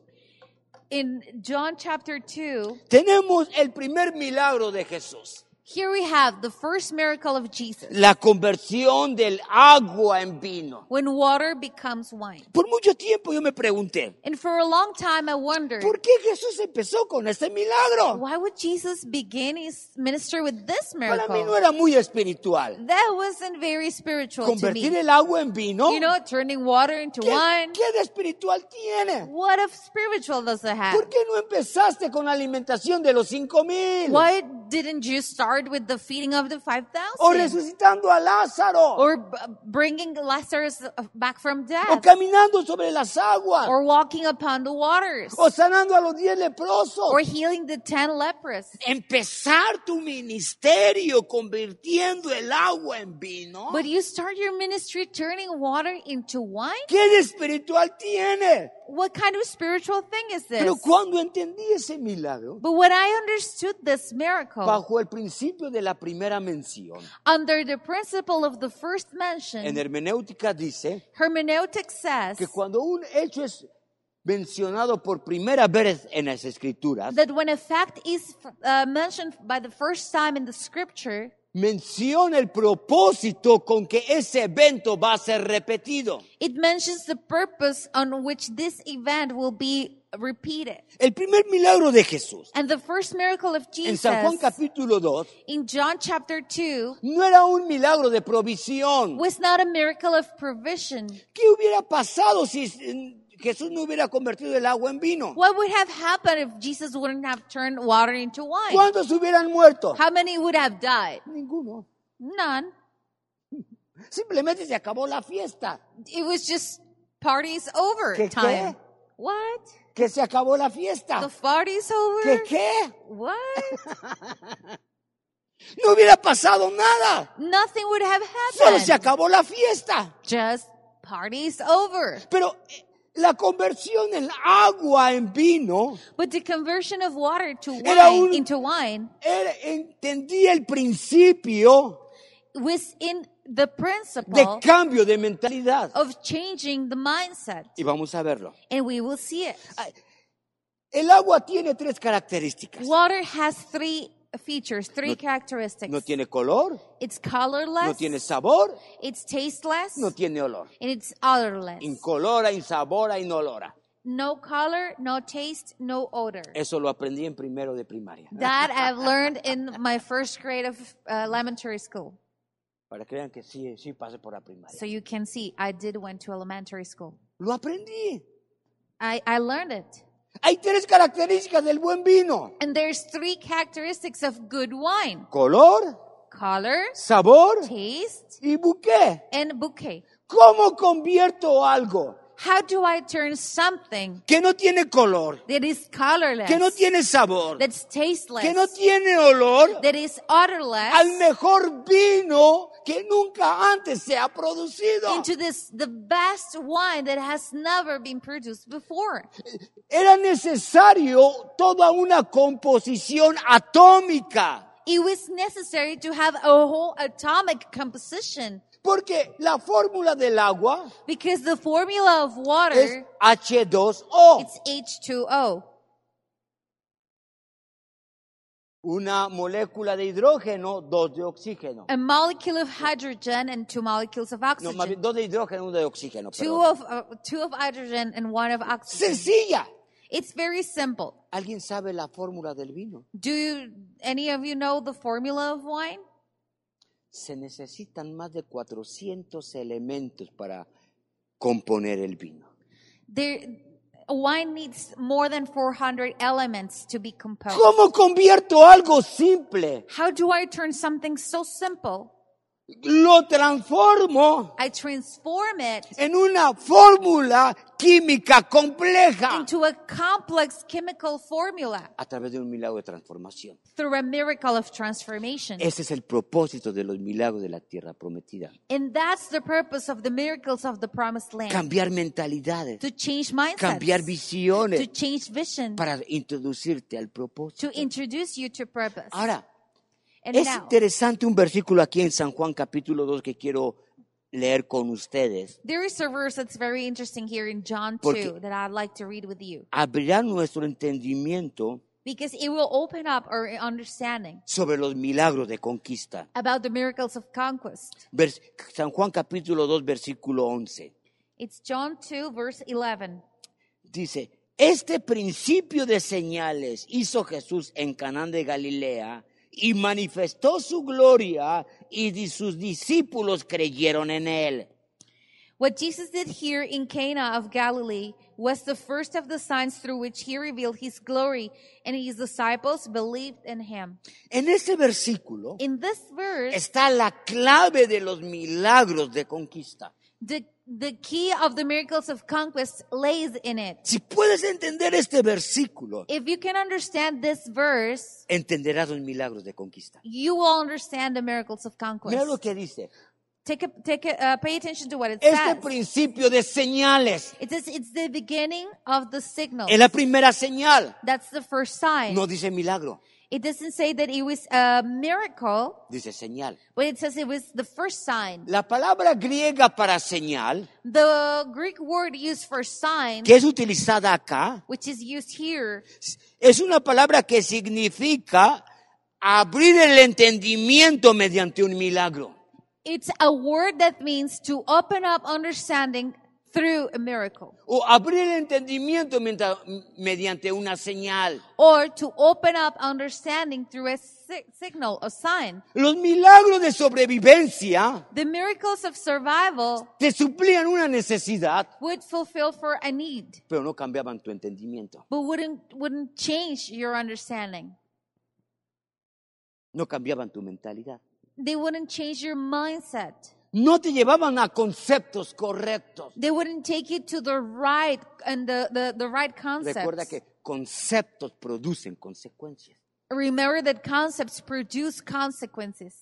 In John chapter 2,
tenemos el primer milagro de Jesús.
here we have the first miracle of Jesus
La conversión del agua en vino.
when water becomes wine.
Por mucho tiempo yo me pregunté,
And for a long time I wondered,
¿por qué Jesús empezó con este milagro?
why would Jesus begin his ministry with this
Para mí
miracle?
no era muy espiritual.
That wasn't very spiritual to
Convertir
me.
el agua en vino.
You know, turning water into
¿Qué,
wine.
qué de espiritual tiene?
What of spiritual does it have?
¿Por qué no empezaste con la alimentación de los cinco mil?
Why didn't you start with the feeding of the
O
5,000?
resucitando a Lázaro.
Or b- bringing Lazarus uh, back from
o
death?
caminando sobre las aguas,
Or walking upon the waters?
o sanando a los diez leprosos.
Or healing the 10 lepers?
Empezar tu ministerio convirtiendo el agua en vino.
But you start your ministry turning water into wine?
¿Qué de espiritual tiene?
What kind of spiritual thing is this?
Pero cuando entendí ese milagro,
But when I understood this miracle,
bajo el principio de la primera mención,
under the principle of the first
en
mention,
hermenéutica dice
Hermeneutic says
que cuando un hecho es mencionado por primera vez en las escrituras,
that when a fact is uh, mentioned by the first time in the scripture,
menciona el propósito con que ese evento va a ser repetido.
it mentions the purpose on which this event will be repeat it.
El primer milagro de Jesús
And the first miracle of
en San Juan
Jesus
capítulo 2
in John chapter 2
no era un milagro de provisión.
was not a miracle of provision.
¿Qué hubiera pasado si eh, Jesús no hubiera convertido el agua en vino?
What would have happened if Jesus wouldn't have turned water into wine?
¿Cuántos hubieran muerto?
How many would have died?
Ninguno.
None.
Simplemente se acabó la fiesta.
It was just party's over
¿Qué, qué?
time. What?
Que se acabó la
The
fiesta.
party's over?
¿Qué qué?
What?
No hubiera pasado nada.
Nothing would have
Solo se
happened.
acabó la fiesta.
Just party's over.
Pero eh, la conversión en agua en vino,
But the conversion of water to
Era
wine
un-
into wine
él entendía el principio
was in the
de
principle
cambio de mentalidad.
of changing the mindset.
Y vamos a verlo.
And we will see it.
Ah, El agua tiene tres características.
Water has three features, three
No-
characteristics.
No tiene color,
it's colorless,
no tiene sabor,
it's tasteless,
no tiene olor.
and it's odorless.
Incolora, insabora, inolora.
no color, no taste, no odor.
Eso lo aprendí en primero de primaria.
that I've learned in my first grade of uh, elementary school.
Para que vean que sí, sí pasé por la primaria.
So you can see I did went to elementary school.
Lo aprendí.
I, I learned it.
Hay tres características del buen vino.
And there's three characteristics of good wine.
Color,
Color,
sabor
taste,
y buqué.
and bouquet.
¿Cómo convierto algo
How do I turn something
que no tiene color,
that is colorless,
que no tiene sabor,
that's tasteless,
que no tiene olor,
that is odorless,
al mejor vino que nunca antes se ha producido?
into this the best wine that has never been produced before.
Era necesario toda una composición atómica.
It was necessary to have a whole atomic composition
Porque la fórmula del agua
because the formula of
es
water
H2O,
it's H2O,
una molécula de hidrógeno, dos de oxígeno.
a molecule of hydrogen and two molecules of
No,
oxygen.
más bien, dos de hidrógeno, uno de oxígeno.
two
perdón.
of uh, two of hydrogen and one of oxygen.
Sencilla.
It's very simple.
¿Alguien sabe la fórmula del vino?
Do you, any of you know the formula of wine?
Se necesitan más de 400 elementos para componer el vino.
There, wine needs more than 400 elements to be composed.
¿Cómo convierto algo simple?
How do I turn something so simple?
Lo transformo
I transform it
en una fórmula química compleja
into a complex chemical formula
a través de un milagro de transformación.
through a miracle of transformation.
Ese es el propósito de los milagros de la tierra prometida.
And that's the purpose of the miracles of the promised land.
Cambiar mentalidades,
To change mindsets.
cambiar
To
visiones
change vision.
para introducirte al propósito.
To introduce you to purpose.
Ahora,
And
es
now,
interesante un versículo aquí en San Juan capítulo 2 que quiero leer con ustedes.
there is a verse that's very interesting here in John 2
Porque-
that I'd like to read with you.
Abrirá nuestro entendimiento
Because it will open up our understanding
sobre los milagros de conquista.
about the miracles of conquest.
Vers- San Juan capítulo 2 versículo 11.
It's John 2, verse 11.
Dice, este principio de señales hizo Jesús en Canaán de Galilea y manifestó su gloria y di- sus discípulos creyeron en él.
What Jesus did here in Cana of Galilee was the first of the signs through which he revealed his glory, and his disciples believed in him.
En este versículo
In this verse,
está la clave de los milagros de conquista.
the, the key of the miracles of conquest lays in it.
Si puedes entender este versículo,
If you can understand this verse,
entenderás los milagros de conquista.
you will understand the miracles of
Mira lo
conquest.
que dice.
Take a, take a, uh, pay attention to what it
Este
says.
principio de señales
It says it's the beginning of the signal.
es la primera señal.
That's the first sign.
No dice milagro,
It doesn't say that it was a miracle,
dice señal.
but it says it was the first sign.
La palabra griega para señal,
The Greek word used for sign,
que es utilizada acá,
which is used here,
es una palabra que significa abrir el entendimiento mediante un milagro.
it's a word that means to open up understanding through a miracle
o abrir el entendimiento mientras- mediante una señal.
or to open up understanding through a si- signal, a sign.
Los milagros de sobrevivencia
The miracles of survival
te suplían una necesidad,
would fulfill for a need,
pero no cambiaban tu entendimiento,
but wouldn't, wouldn't change your understanding.
no cambiaban tu mentalidad.
They wouldn't change your mindset.
No te llevaban a conceptos correctos.
They wouldn't take you to the right and the, the, the right
Recuerda
concepts.
que conceptos producen consecuencias.
Remember that concepts produce consequences.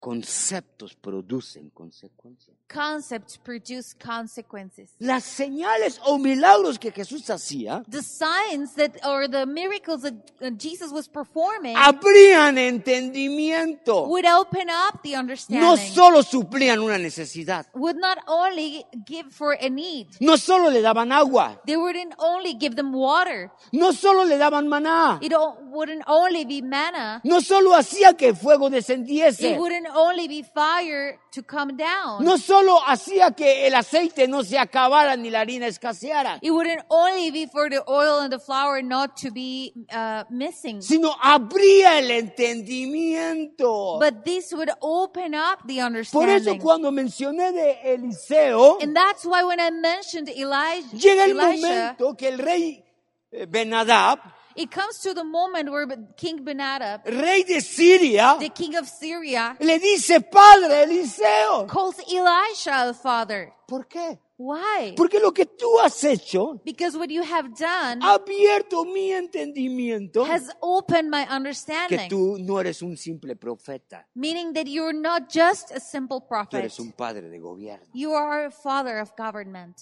Conceptos producen consecuencias.
Concepts produce consequences.
Las señales o milagros que Jesús hacía
The signs that, or the miracles that uh, Jesus was performing
abrían entendimiento.
would open up the understanding.
No solo suplían una necesidad,
would not only give for a need.
no solo le daban agua,
They wouldn't only give them water.
no solo le daban maná,
It o- wouldn't only be manna.
no solo hacía que el fuego
It
descendiese,
wouldn't only be fire to come down.
no solo hacía que el aceite no se acabara ni la harina escaseara,
It wouldn't only be for the oil and the flour not to be uh, missing.
sino abría el entendimiento.
But this would open up the
Por eso
understanding.
cuando mencioné de Eliseo,
And that's why when I mentioned Elijah,
llega el
Elisha,
momento que el rey eh, Benadab,
it comes to the moment where King Benadab,
rey de Siria,
the king of Syria,
le dice, Padre Eliseo,
calls Elisha the father.
¿por qué?
Why?
Porque lo que tú has hecho
Because what you have done
ha abierto mi entendimiento
has opened my
que
understanding.
tú no eres un simple profeta,
Meaning that you're not just a simple
tú
prophet.
eres un padre de gobierno.
You are a father of government.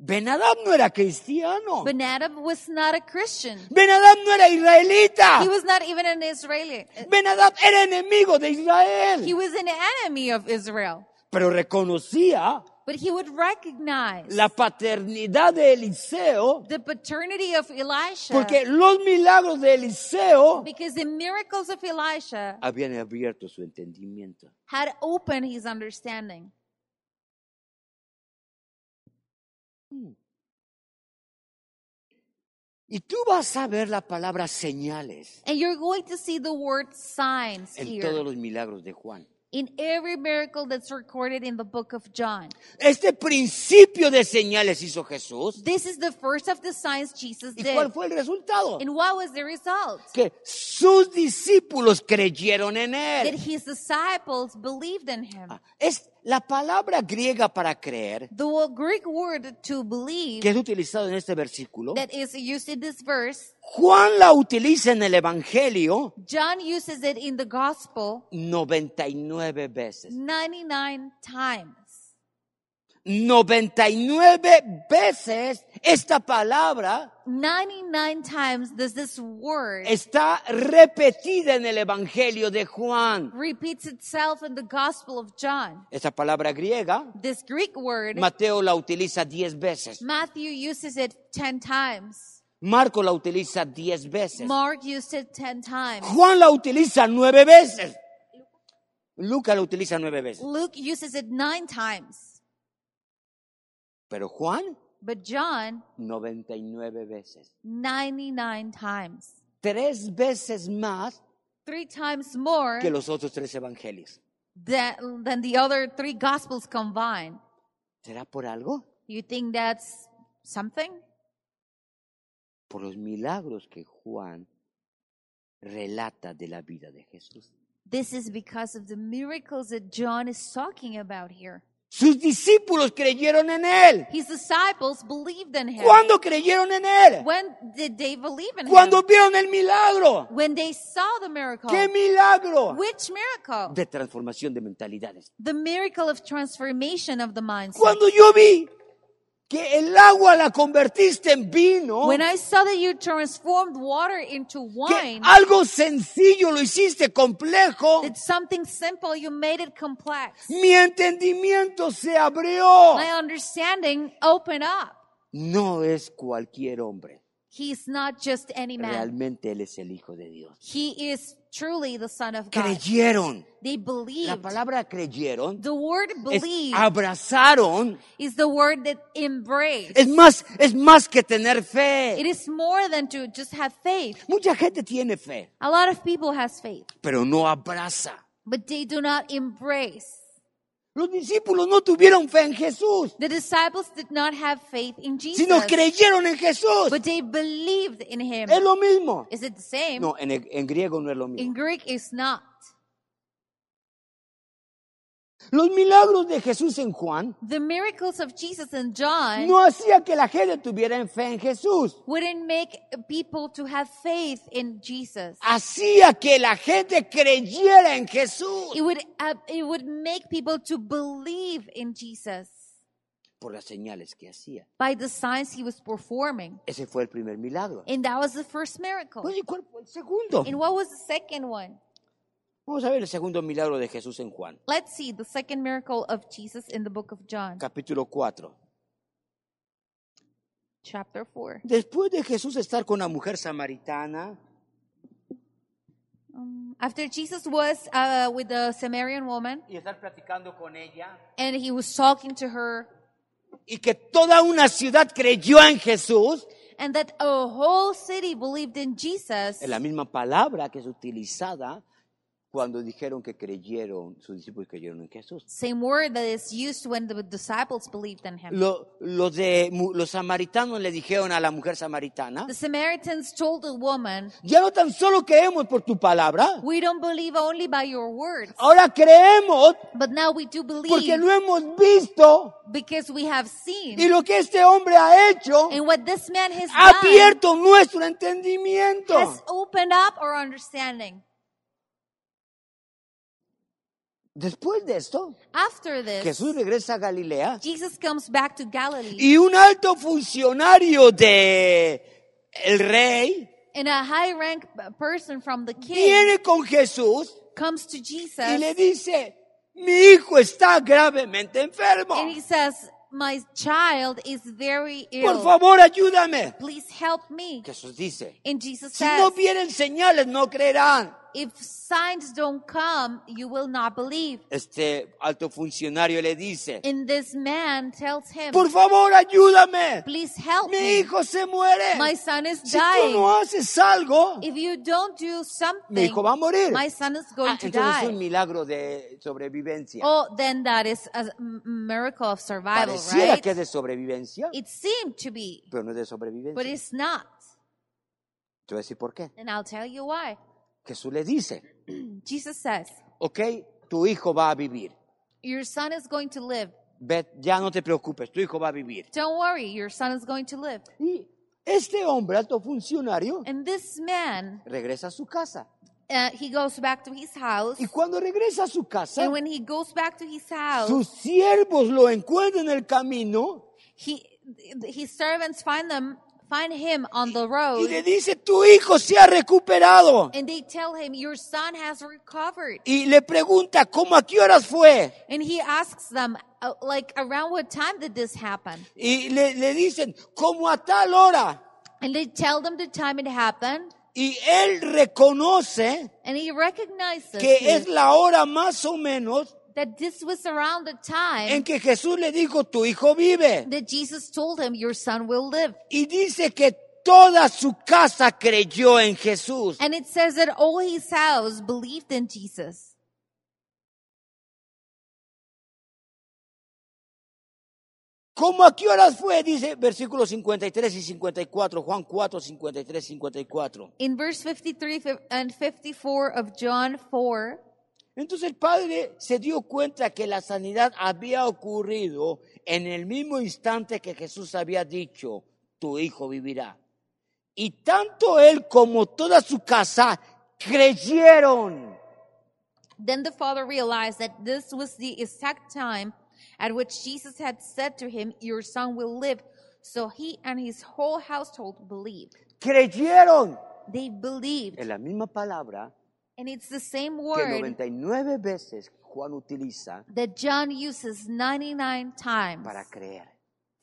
Benadab no era cristiano.
Benadab was not a Christian.
Benadab no era israelita.
He was not even an Israeli.
Benadab era enemigo de
He
Israel.
was an enemy of Israel.
Pero reconocía
But he would recognize
la paternidad de Eliseo
the paternity of Elisha
porque los milagros de Eliseo
because the miracles of Elisha
habían abierto su entendimiento.
had opened his understanding.
Y tú vas a ver la palabra señales
And you're going to see the word signs
en
here
todos los milagros de Juan.
in every miracle that's recorded in the book of John.
Este principio de señales hizo Jesús.
This is the first of the signs Jesus
¿Y
did.
cuál fue el resultado?
And what was the result?
Que sus discípulos creyeron en
That
él.
his disciples believed in him.
Ah, Es la palabra griega para creer
The wo- Greek word to believe
que es utilizado en este versículo.
that is used in this verse,
Juan la utiliza en el Evangelio
John uses it in the gospel
99 veces.
99 times.
99 veces esta palabra
99 times does this word
está repetida en el Evangelio de Juan.
repeats itself in the gospel of John.
Esta palabra griega,
This Greek word,
Mateo la utiliza 10 veces.
Matthew uses it 10 times.
Marco la utiliza 10 veces.
Mark used it 10 times.
Juan la utiliza 9 veces. Lucas la utiliza 9 veces.
Luke uses it 9 times.
Pero Juan,
But John,
99 veces.
99 times.
Tres veces más
Three times more
que los otros tres evangelios.
than, than the other three gospels combined.
¿Será por algo?
You think that's something?
Por los milagros que Juan relata de la vida de Jesús.
This is because of the miracles that John is talking about here.
Sus discípulos creyeron en él.
His disciples believed in him.
¿Cuándo creyeron en él?
When did they believe in
Cuando
him?
vieron el milagro.
When they saw the miracle.
¿Qué milagro?
Which miracle?
De transformación de mentalidades.
The miracle of transformation of the mindset.
Cuando yo vi que el agua la convertiste en vino,
When I saw that you transformed water into
que
wine,
algo sencillo lo hiciste complejo,
that something simple, you made it complex.
mi entendimiento se abrió.
My understanding opened up.
No es cualquier hombre.
He's not just any man.
Realmente Él es el Hijo de Dios.
He is truly the Son of God.
Creyeron.
They
La
believed.
palabra creyeron
The word
es
believe
abrazaron.
is the word that embrace.
Es más, es más que tener
It
fe.
is more than to just have faith.
Mucha gente tiene fe,
A lot of people has faith,
pero no abraza.
but they do not embrace.
Los discípulos no tuvieron fe en Jesús,
The disciples did not have faith in Jesus,
sino creyeron en Jesús.
but they believed in him.
pues, Es lo mismo.
Is it the same?
No, en, en griego no es lo
In
mismo.
Greek, it's not.
Los milagros de Jesús en Juan
The miracles of Jesus and John
no hacía que la gente tuviera fe en Jesús.
wouldn't make people to have faith in Jesus.
Hacía que la gente creyera en Jesús
It would uh, it would make people to believe in Jesus
por las señales que hacía.
by the signs he was performing,
Ese fue el primer milagro.
and that was the first miracle.
Pues, ¿y cuál fue el segundo?
And what was the second one?
Vamos a ver el segundo milagro de Jesús en Juan,
Let's see the second miracle of Jesus in the book of John,
capítulo 4.
chapter 4.
Después de Jesús estar con la mujer samaritana,
Um, after Jesus was uh, with the Samaritan woman
y estar platicando con ella.
and he was talking to her,
Y que toda una ciudad creyó en Jesús.
and that a whole city believed in Jesus,
Es la misma palabra que es utilizada cuando dijeron que creyeron, sus discípulos creyeron en Jesús.
same word that is used when the disciples believed in him.
Lo- los, de, mu- los samaritanos le dijeron a la mujer samaritana,
The Samaritans told the woman,
ya no tan solo creemos por tu palabra,
We don't believe only by your words,
ahora creemos
but now we do
porque
believe
lo hemos visto
because we have
y
seen.
lo que este hombre ha hecho
And what this man has
ha
done
abierto nuestro entendimiento.
has opened up our understanding.
Después de esto,
After this,
Jesús regresa a Galilea
Jesus comes back to Galilee,
y un alto funcionario de el rey
and a high rank person from the king
viene con Jesús
comes to
y le
Jesus
dice, mi hijo está gravemente enfermo.
and he says, My child is very
Por
ill.
favor, ayúdame.
Please help me.
Jesús dice,
And Jesus
si no
says,
vienen señales, no creerán.
If signs don't come, you will not believe.
Este alto funcionario le dice,
And this man tells him,
por favor, ayúdame.
Please help
Mi
me.
hijo se muere.
My son is
Si tú
dying.
no haces algo,
If you don't do
mi
something,
hijo va a morir.
my son is
Ah,
going to
entonces es un
die.
milagro de sobrevivencia.
Oh, then that is a m- miracle of survival,
Pareciera
right?
que es de sobrevivencia,
It seemed to be,
pero no es de
but
sobrevivencia.
it's not.
Te voy a decir por qué.
And I'll tell you why.
Jesús le dice,
Jesus says,
ok, tu hijo va a vivir.
Your son is going to live.
Ve, ya no te preocupes, tu hijo va a vivir.
Don't worry, your son is going to live.
Y este hombre, alto funcionario,
And this man,
regresa a su casa.
uh, he goes back to his house.
Y cuando regresa a su casa,
And when he goes back to his house,
sus siervos lo encuentran en el camino
he, his servants find them, find him on
y
the road.
le dice, tu hijo se ha recuperado.
And they tell him, Your son has recovered.
Y le pregunta, ¿cómo a qué horas fue?
And he asks them, uh, Like, around what time did this happen?
Y le, le dicen, como a tal hora.
And they tell them the time it happened.
Y él reconoce
And he recognizes
que es
this-
la hora más o menos
that this was around the
en
time
que Jesús le dijo, tu hijo vive.
that Jesus told him, Your son will live.
Y dice que toda su casa creyó en Jesús.
And it says that all his house believed in Jesus.
¿Cómo a qué horas fue? Dice versículos 53 y 54, Juan 4, 53, 54.
In verse 53 fif- and 54 of John 4,
Entonces el padre se dio cuenta que la sanidad había ocurrido en el mismo instante que Jesús había dicho, tu hijo vivirá. Y tanto él como toda su casa creyeron.
Then the father realized that this was the exact time at which Jesus had said to him, Your son will live. So he and his whole household believed.
Creyeron.
They believed.
Es la misma palabra
And it's the same
que
word
99 veces Juan utiliza
that John uses 99 times
para creer.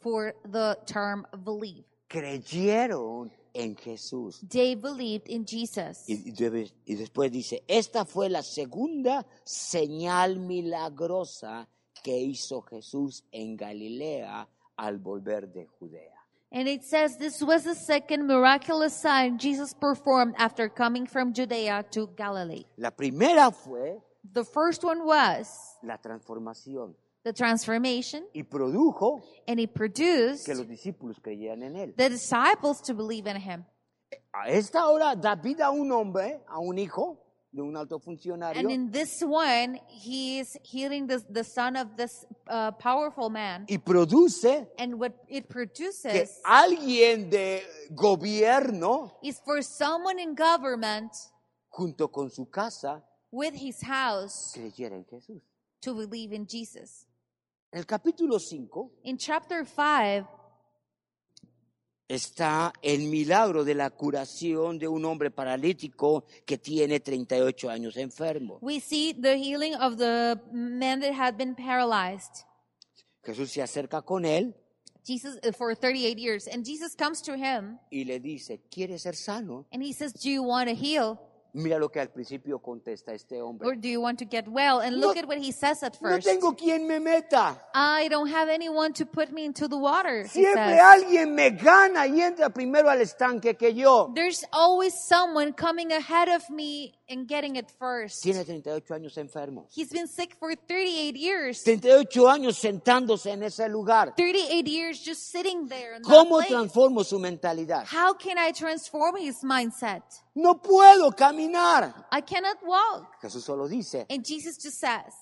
for the term believe.
Creyeron en Jesús.
They believed in Jesus.
Y, y debe- y después dice, esta fue la segunda señal milagrosa que hizo Jesús en Galilea al volver de Judea.
And it says this was the second miraculous sign Jesus performed after coming from Judea to Galilee.
La primera fue
The first one was
la transformación
the transformation,
y produjo
and it produced
que los discípulos creyeran en él.
the disciples to believe in him.
A esta hora da vida a un hombre, a un hijo de un alto funcionario,
And in this one, he is healing the, the son of this uh, powerful man.
y produce
And what it
que
produces
alguien de gobierno,
is for someone in government
junto con su casa,
with his house
creyera en Jesús.
to believe in Jesus.
En el capítulo 5
In chapter 5,
está el milagro de la curación de un hombre paralítico que tiene 38 años enfermo.
we see the healing of the man that had been paralyzed.
Jesús se acerca con él
Jesus, uh, for 38 years. And Jesus comes to him
y le dice, ¿quieres ser sano?
and he says, Do you want to heal
Mira lo que al principio contesta este
or
hombre.
do you want to get well? And look
No-
at what he says at
No
first.
tengo quien me meta.
I don't have anyone to put me into the water. he
Siempre
says.
alguien me gana y entra primero al estanque que yo.
There's always someone coming ahead of me and getting it first.
Tiene 38 años enfermo.
He's been sick for 38 years.
38 años sentándose en ese lugar.
38 years just sitting there. in that
¿Cómo
place.
transformo su mentalidad?
How can I transform his mindset?
No puedo caminar.
I cannot walk.
Jesús solo dice,
And Jesus just says,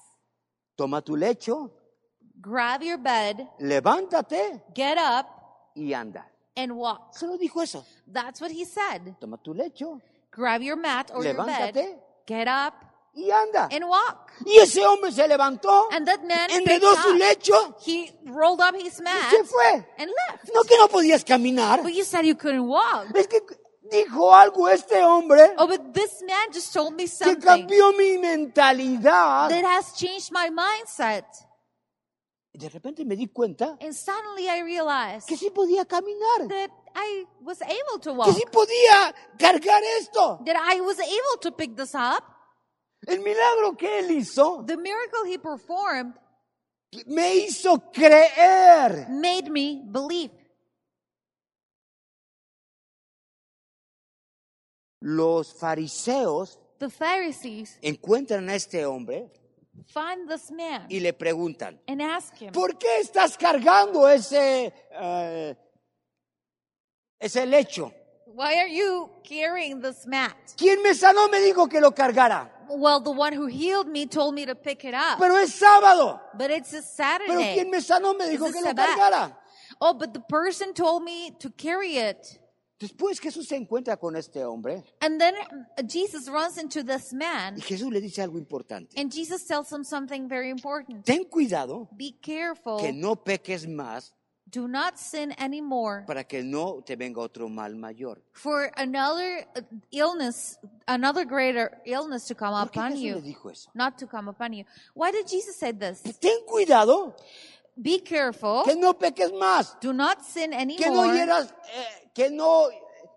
toma tu lecho,
grab your bed,
levántate
get up,
y anda.
and walk.
Solo dijo eso.
That's what he said.
Toma tu lecho,
Grab your mat or your bed,
levántate
get up,
y anda.
and walk.
Y ese hombre se levantó,
And that man picked
enredó su
up.
lecho
He rolled up his
y
mat
se fue.
and left.
No que no podías caminar.
But you said you couldn't walk.
Es que dijo algo este hombre
Oh, but this man just told me
que
something
cambió mi mentalidad.
that has changed my mindset.
De repente me di cuenta
And suddenly I realized
que sí podía caminar,
that I was able to
que
walk,
sí podía cargar esto.
that I was able to pick this up.
El milagro que él hizo
The miracle he performed
me hizo creer.
made me believe.
Los fariseos
The Pharisees
encuentran a este hombre
find this man
y le preguntan,
and ask him,
¿por qué estás cargando ese, eh, ese lecho?
Why are you carrying this mat?
Quien me sanó me dijo que lo cargara,
Well, the one who healed me told me to pick it up.
pero es sábado.
But it's a
Pero quien
Saturday.
me sanó me dijo
Ese
que lo
Sabbat.
cargara.
Oh, but the person told me to carry it.
Después Jesús se encuentra con este hombre
And then uh, Jesus runs into this man,
y Jesús le dice algo importante.
and Jesus tells him something very important.
Ten cuidado
Be careful.
que no peques más
Do not sin anymore.
para que no te venga otro mal mayor.
For another uh, illness, another greater illness to come
¿Por qué
upon
Jesús le
you.
dijo eso?
Not to come upon you. Why did Jesus say this?
Ten cuidado
Be careful.
que no peques más,
Do not sin
que no
anymore.
hieras, eh, que no,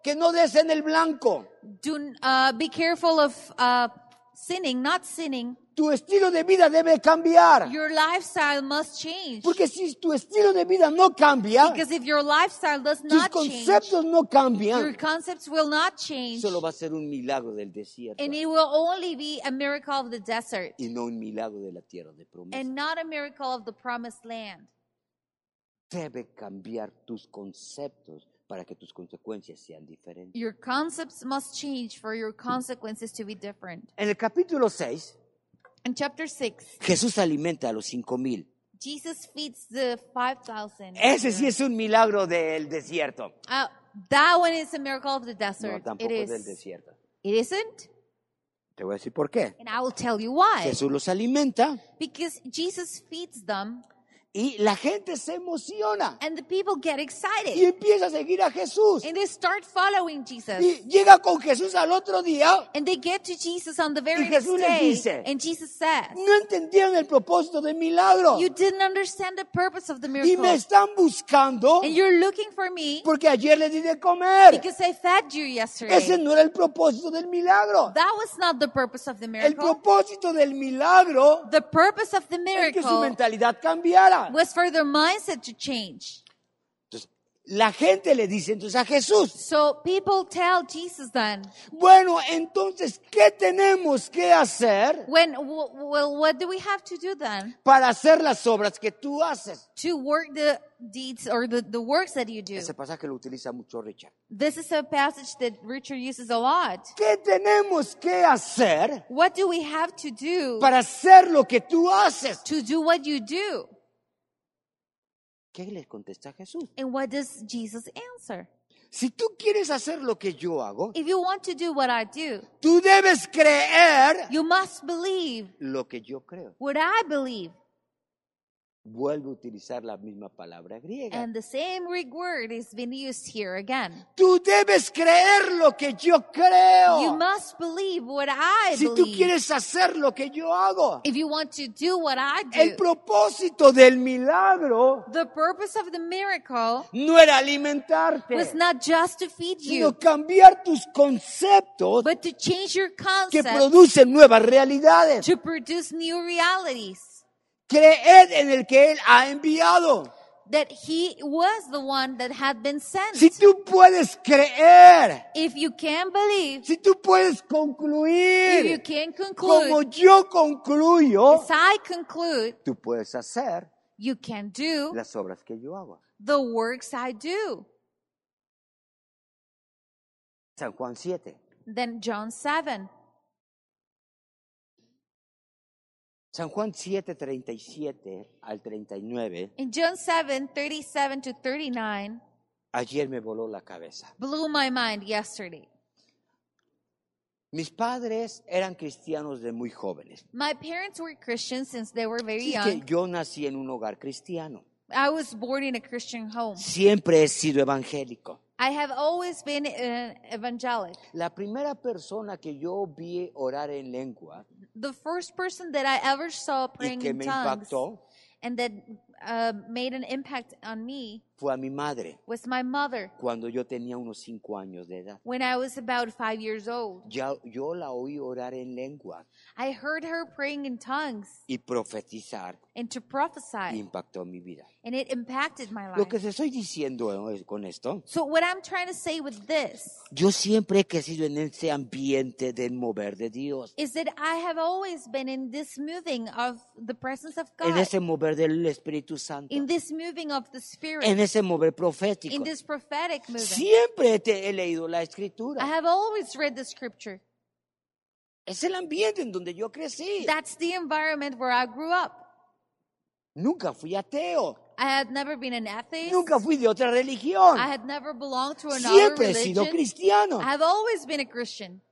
que no des en el blanco.
Do, uh, be careful of uh, sinning, not sinning.
Tu estilo de vida debe cambiar,
Your lifestyle must change.
porque si tu estilo de vida no cambia,
Because if your lifestyle does
tus
not change,
conceptos no
your
cambian,
concepts will not change.
solo va a ser un milagro del desierto
And it will only be a miracle of the desert
y no un milagro de la tierra de promesa.
and not a miracle of the promised land.
debe cambiar tus conceptos para que tus consecuencias sean diferentes.
Your concepts must change for your consequences to be different.
En el capítulo 6,
In chapter 6,
Jesús alimenta a los cinco mil.
Jesus feeds the 5,000.
Ese sí es un milagro del desierto.
Uh, that one is a miracle of the
No,
desert. it
tampoco es del
is.
desierto.
It isn't.
Te voy a decir por qué.
And I will tell you why.
Jesús los alimenta
Because Jesus feeds them
Y la gente se emociona
And the people get
y
excited
empieza a seguir a Jesús.
and they start following Jesus.
Y llega con Jesús al otro día.
And they get to Jesus on the very
Y
next
Jesús les
day.
dice,
And Jesus says,
No entendían el propósito del milagro.
You didn't understand the purpose of the
Y me
miracle.
están buscando
And you're looking for me
porque ayer les di de comer.
because I fed you
Ese
yesterday.
no era el propósito del milagro.
That was not the purpose of the
El
miracle.
propósito del milagro
The purpose of the
es que su
miracle
mentalidad cambiara.
was for their mindset to change.
Entonces, la gente le dice entonces a Jesús,
So people tell Jesus then,
bueno, entonces, ¿qué tenemos que hacer
when, w- well, what do we have to do then
para hacer las obras que tú haces?
to work the deeds or the, the works that you do?
Ese pasaje lo utiliza mucho Richard.
This is a passage that Richard uses a lot.
¿Qué tenemos que hacer
What do we have to do
para hacer lo que tú haces?
to do what you do?
¿Qué le contesta Jesús?
And what does Jesus answer?
Si tú quieres hacer lo que yo hago,
If you want to do what I do,
tú debes creer
you must believe
lo que yo creo.
what I believe.
Vuelve a utilizar la misma palabra griega.
And the same Greek word is being used here again.
Tú debes creer lo que yo
You
creo.
must believe what I
Si tú
believe.
quieres hacer lo que yo hago.
If you want to do what I
El
do,
propósito del milagro
the purpose of the miracle
no era alimentarte,
was not just to feed you,
sino cambiar tus conceptos
but to change your
que
concept
producen nuevas realidades.
to produce new realities.
Creed en el que Él ha enviado.
That he was the one that had been sent.
Si tú puedes creer,
If you can believe,
si tú puedes
if you
concluir
can conclude,
como yo concluyo,
as I conclude,
tú puedes hacer
you can do
las obras que yo hago.
the works I do.
San Juan 7.
Then John 7.
San Juan 7, 37 al 39,
In John 7, 37 to 39,
ayer me voló la cabeza.
blew my mind yesterday.
Mis padres eran cristianos de muy jóvenes.
My parents were Christians since they were very
Así que
young.
yo nací en un hogar cristiano.
I was born in a Christian home.
Siempre he sido evangélico.
I have always been uh, evangelic.
La primera persona que yo vi orar en lengua
The first person that I ever saw
y
praying
que
in
me
tongues
impactó
and that uh, made an impact on me
fue a mi madre
was my mother
cuando yo tenía unos cinco años de edad.
when I was about five years old.
Ya, yo la oí orar en lengua
I heard her praying in tongues
y profetizar
and to
y
prophesy,
impactó mi vida.
and it impacted my
Lo que
life.
te estoy diciendo eh, con esto
So, what I'm trying to say with this
Yo siempre he crecido en ese ambiente del mover de Dios,
is that I have always been in this moving of the presence of
en
God,
ese mover del Espíritu Santo,
in this moving of the Spirit.
en ese mover
in
profético.
this prophetic movement.
Siempre te- he leído la
I
escritura.
have always read the scripture.
Es el ambiente en donde yo crecí.
That's the environment where I grew up.
Nunca fui ateo,
I had never been an atheist.
nunca fui de otra religión.
I had never belonged to another
Siempre he sido
religion.
cristiano.
I have always been a Christian.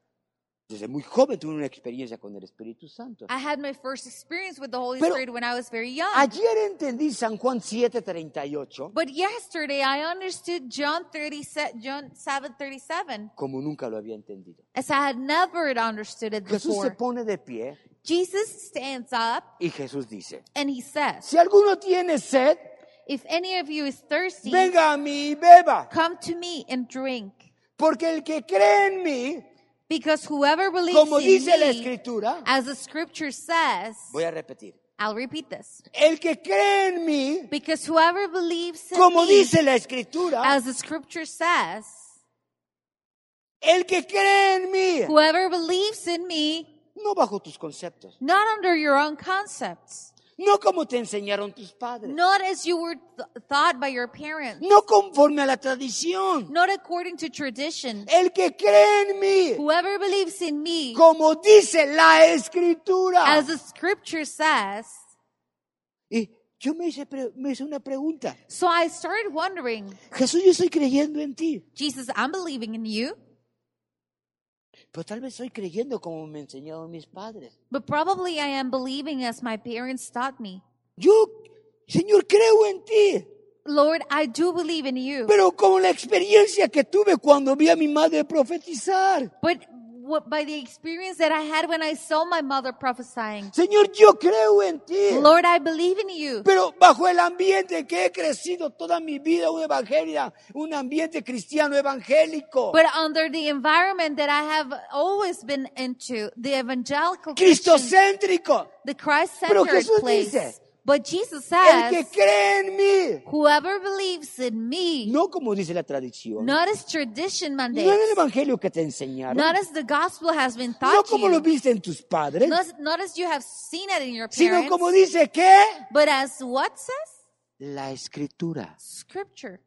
Desde muy joven tuve una experiencia con el Espíritu Santo.
I had my first experience with the Holy
Pero-
Spirit when I was very young.
Ayer entendí San Juan 7:38
but yesterday I understood John 37 John 7:37
como nunca lo había entendido.
as I had never understood it
Jesús se
before.
pone de pie
Jesus stands up
y Jesús dice,
and he says,
si alguno tiene sed,
"If any of you is thirsty,
Venga a mí y beba,
come to me and drink."
porque el que cree en mí,
Because whoever believes
como
in
dice la
me,
escritura,
as the scripture says,
voy a repetir,
I'll repeat this.
el que cree en mí,
Because whoever believes in
como
me,
dice la escritura,
as the scripture says,
el que cree en mí,
whoever believes in me,
no bajo tus conceptos,
not under your own concepts,
no como te enseñaron tus padres,
not as you were th- taught by your parents,
no conforme a la tradición,
not according to tradition.
el que cree en mí,
Whoever believes in me,
como dice la escritura.
as the scripture says.
Y yo me hice, pre- me hice una pregunta,
So I started wondering,
Jesús, yo estoy creyendo en ti,
Jesus, I'm believing in you,
pero tal vez estoy creyendo como me enseñaron mis padres.
but probably I am believing as my parents taught me.
Yo Señor, creo en ti.
Lord, I do believe in you.
Pero con la experiencia que tuve cuando vi a mi madre profetizar.
But what, by the experience that I had when I saw my mother prophesying,
Señor, yo creo en ti.
Lord, I believe in you.
Pero bajo el ambiente que he crecido toda mi vida, un evangelio, un ambiente cristiano evangélico.
But under the environment that I have always been into, the evangelical Christian,
Cristocéntrico.
the Christ-centered
Pero Jesús
place.
dice,
but
El
Jesus says,
que cree en mí.
whoever believes in me,
No como dice la tradición.
not as tradition mandates,
No en el evangelio que te enseñaron.
not as the gospel has been taught
No
to
como
you,
lo viste en tus padres.
not, not as you have seen it in your
Sino
parents,
como dice que
but as what says?
la escritura.
Scripture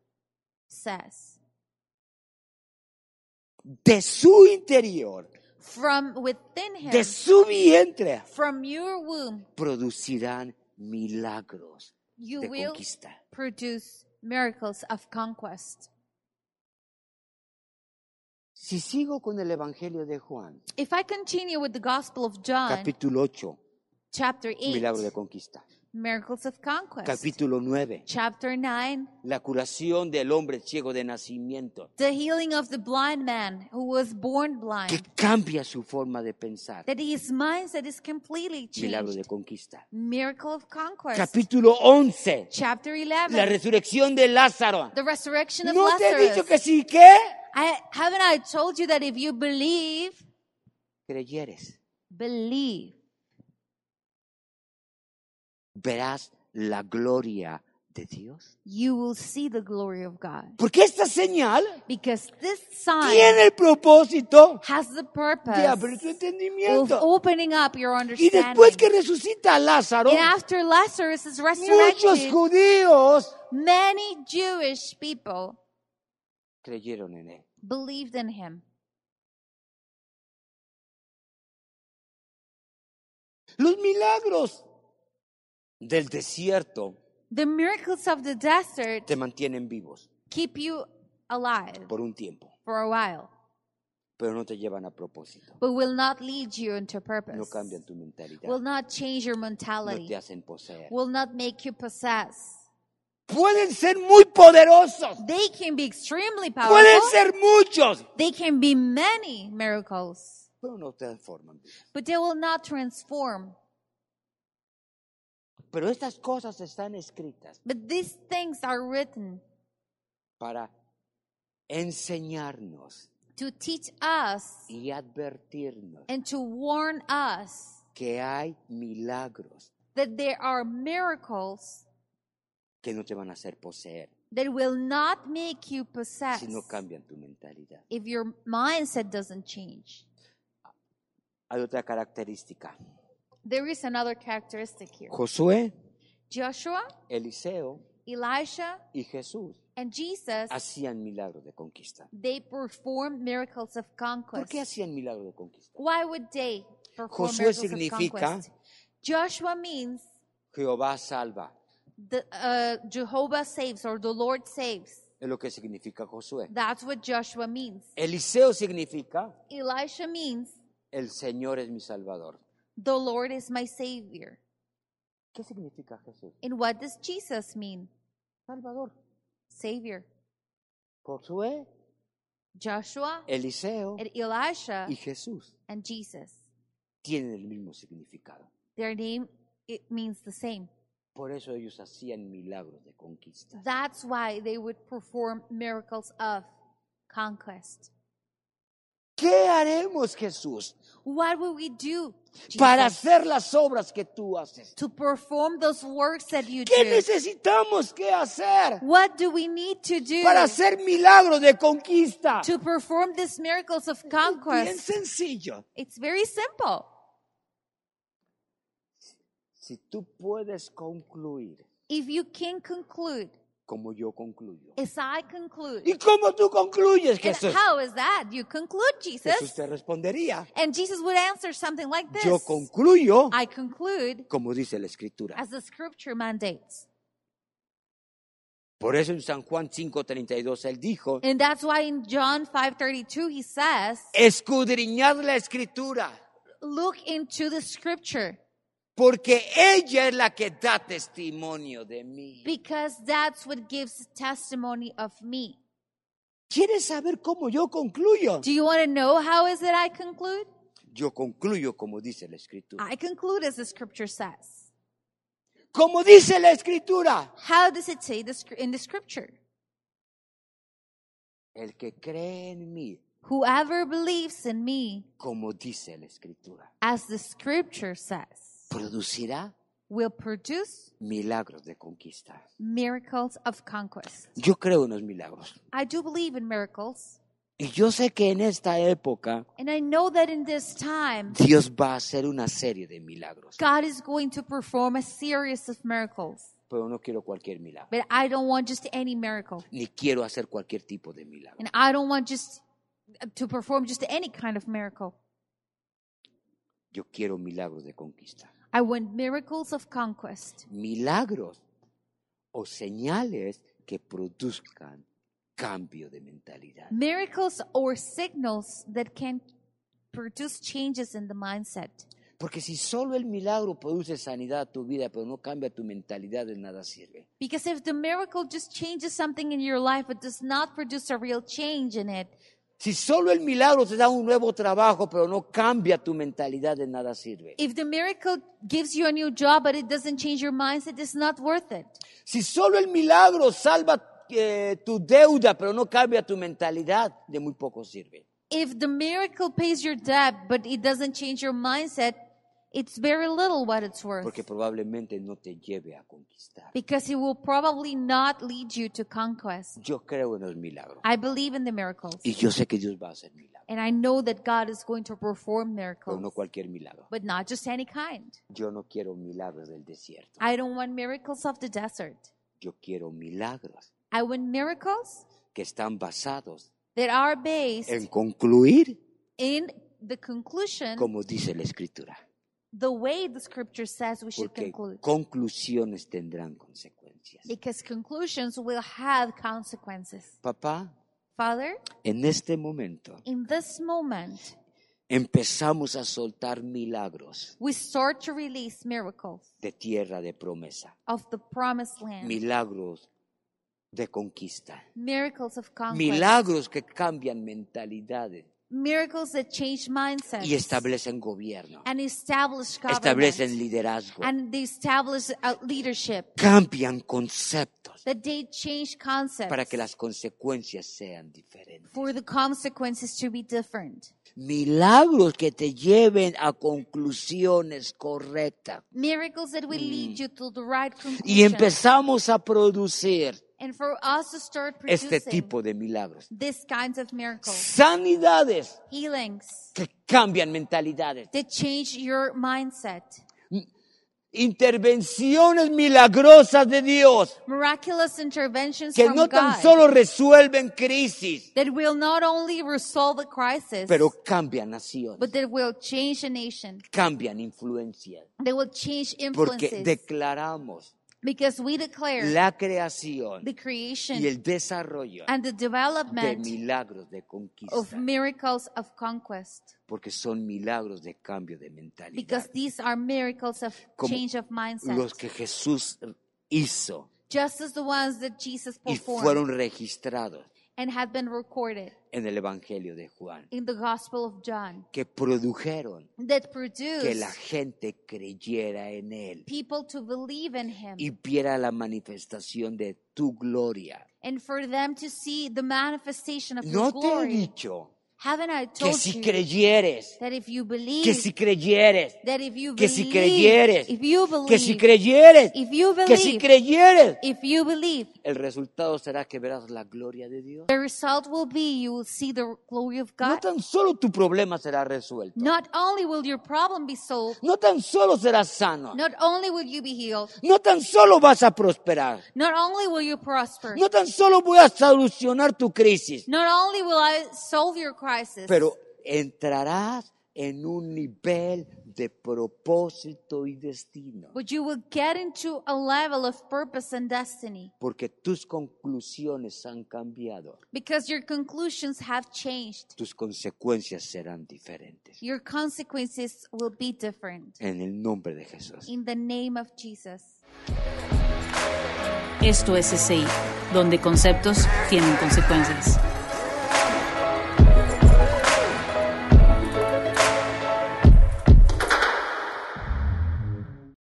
says.
De su interior,
From within him,
de su vientre,
from your womb,
producirán milagros
you
de
will
conquista.
produce miracles of conquest.
Si sigo con el evangelio de Juan,
If I continue with the Gospel of John,
capítulo 8,
chapter 8,
milagro de conquista.
miracles of conquest.
Capítulo 9,
chapter 9,
la curación del hombre ciego de nacimiento,
the healing of the blind man who was born blind.
que cambia su forma de pensar.
that his mindset is completely
Milagro de
changed.
conquista.
Miracle of conquest.
Capítulo 11,
chapter
la
11,
resurrección de Lázaro.
the resurrection of
No te he
Lazarus.
dicho que sí que
I haven't I told you that if you believe,
creyeres,
believe,
verás la gloria de Dios.
you will see the glory of God.
Porque esta señal
Because this sign
tiene el propósito
has the
de
Pues,
abrir tu
purpose of
entendimiento.
opening up your
Y
understanding.
después que resucita a Lázaro,
and after Lazarus is
muchos
resurrected,
judíos
many Jewish people
creyeron en él.
believed in him.
Los milagros del desierto
The miracles of the desert
te mantienen vivos
keep you alive
por un tiempo,
for a while,
pero no te llevan a propósito.
but will not lead you into
No
purpose.
cambian tu
will
mentalidad,
not change your
no
mentality.
te hacen poseer.
will not make you possess.
Pueden ser muy poderosos,
They can be extremely powerful.
pueden ser muchos,
They can be many miracles,
pero no transforman. vidas.
but they will not transform.
Pero estas cosas están escritas
But these things are written
para enseñarnos
to teach us
y advertirnos
and to warn us
que hay milagros
that there are miracles
que no te van a hacer poseer
that will not make you possess
si no cambian tu mentalidad.
if your mindset doesn't change.
Hay otra característica.
There is another characteristic here.
Josué,
Joshua,
Eliseo
Elisha,
y Jesús
and Jesus,
hacían milagros de conquista.
they performed miracles of
¿Por
conquest.
qué hacían milagros de conquista?
Why would they perform
Josué
miracles of
significa-
conquest? Joshua means
Jehová salva,
the uh, Jehovah saves or the Lord saves.
es lo que significa Josué.
That's what Joshua means.
Eliseo significa
Elisha means
el Señor es mi salvador.
the Lord is my savior.
¿Qué significa Jesús?
And what does Jesus mean?
Salvador.
Savior.
Josué,
Joshua
Eliseo
and Elisha
Eh, y Jesús
and Jesus.
tienen el mismo significado.
Their name it means the same.
Por eso ellos hacían milagros de conquista.
That's why they would perform miracles of conquest.
¿Qué haremos, Jesús,
What will we do? Jesus?
para hacer las obras que tú haces?
to perform those works that you
¿Qué
do.
necesitamos que hacer
What do we need to do
para hacer milagros de conquista?
to perform these miracles of
Bien
conquest?
sencillo.
It's very simple.
Si tú puedes concluir
If you can conclude,
como yo concluyo.
as I conclude,
¿Y cómo tú concluyes,
and
Jesús?
how is that? You conclude,
Jesús
Jesus.
te respondería.
And Jesus would answer something like this
Yo concluyo
I conclude
como dice la escritura.
as the scripture mandates.
Por eso en San Juan 5:32 él dijo,
And that's why in John 5:32 he says,
escudriñad la escritura,
"Look into the scripture
Porque ella es la que da testimonio de mí.
because that's what gives testimony of me.
¿Quieres saber cómo yo concluyo?
Do you want to know how is it I conclude?
Yo concluyo como dice la escritura.
I conclude as the scripture says.
Como dice la escritura.
How does it say this in the scripture?
El que cree en mí,
Whoever believes in me,
como dice la escritura,
as the scripture says,
producirá
will produce
milagros de conquista.
miracles of conquest.
Yo creo en los milagros.
I do believe in miracles,
Y yo sé que en esta época
and I know that in this time,
Dios va a hacer una serie de milagros.
God is going to perform a series of miracles.
Pero no quiero cualquier milagro.
But I don't want just any miracle,
Ni quiero hacer cualquier tipo de milagro.
and I don't want just uh, to perform just any kind of miracle.
Yo quiero milagros de conquista.
I want miracles of conquest.
Milagros o señales que produzcan cambio de mentalidad.
miracles or signals that can produce changes in the mindset.
Porque si solo el milagro produce sanidad a tu vida, pero no cambia tu mentalidad, de nada sirve.
Because if the miracle just changes something in your life but does not produce a real change in it,
Si solo el milagro te da un nuevo trabajo, pero no cambia tu mentalidad, de nada sirve.
if the miracle gives you a new job but it doesn't change your mindset, it's not worth it.
Si solo el milagro salva eh, tu deuda, pero no cambia tu mentalidad, de muy poco sirve.
If the miracle pays your debt but it doesn't change your mindset, it's very little what it's worth.
Porque probablemente no te lleve a conquistar.
Because it will probably not lead you to conquest.
Yo creo en los milagros.
I believe in the miracles.
Y yo sé que Dios va a hacer milagros,
And I know that God is going to perform
pero
miracles.
no cualquier milagro.
but not just any kind.
Yo no quiero milagros del desierto.
I don't want miracles of the desert.
Yo quiero milagros
I want miracles
que están basados
that are based
en concluir
in the conclusion,
como dice la escritura.
the way the scripture says we should
Porque
conclude.
conclusiones tendrán consecuencias.
Because conclusions will have consequences.
Papá,
Father,
en este momento
in this moment,
empezamos a soltar milagros
we start to release miracles
de tierra de promesa,
of the promised land,
milagros de conquista,
miracles of conquest,
milagros que cambian mentalidades
miracles that change mindsets
y establecen gobierno,
and establish government,
establecen liderazgo,
and they establish uh, leadership.
cambian conceptos
that they change concepts
para que las consecuencias sean diferentes.
for the consequences to be different.
Milagros que te lleven a conclusiones correctas.
Miracles that will lead you to the right
Mm. Y
conclusion.
empezamos a producir
and for us to start producing
este tipo de milagros.
this kinds of miracles,
Sanidades
healings
que cambian mentalidades.
that change your mindset,
Intervenciones milagrosas de Dios
miraculous interventions
que
from
no tan
God
solo resuelven crisis,
that will not only resolve a crisis,
pero cambian naciones,
but that will change a nation.
cambian influencias.
They will change
Porque
influences
declaramos
because we declare
la creación
the creation
y el desarrollo
and the
de
development
milagros de
of
conquista.
miracles of conquest
Porque son milagros de cambio de mentalidad.
because these are miracles of
Como
change of
Los
mindset
que Jesús hizo
just as the ones that Jesus
y
performed
fueron registrados
and have been recorded
en el Evangelio de Juan,
in the Gospel of John
que produjeron
that
que la
produced
gente creyera en Él
people to believe in him
y viera la manifestación de tu gloria.
and for them to see the manifestation of
No
his
te he
glory.
dicho
Haven't I
que
told
si
you
creyeres,
that if you
que
believe
si creyeres,
that if you
que si
believe
creyeres,
if you
que si
believe
creyeres,
if you
que si
believe
creyeres,
if you believe
el resultado será que verás la gloria de Dios.
the result will be you will see the glory of
No
God
tan solo tu problema será resuelto,
Not only will your problem be solved,
no tan solo serás sano,
not only will you be healed,
no tan solo vas a prosperar,
not only will you prosper,
no tan solo voy a solucionar tu crisis,
not only will I solve your crisis,
pero entrarás en un nivel de propósito y destino,
but you will get into a level of purpose and destiny
porque tus conclusiones han cambiado,
because your conclusions have changed.
tus consecuencias serán diferentes.
Your consequences will be different.
En el nombre de Jesús.
In the name of Jesus.
Esto es SCI, donde conceptos tienen consecuencias.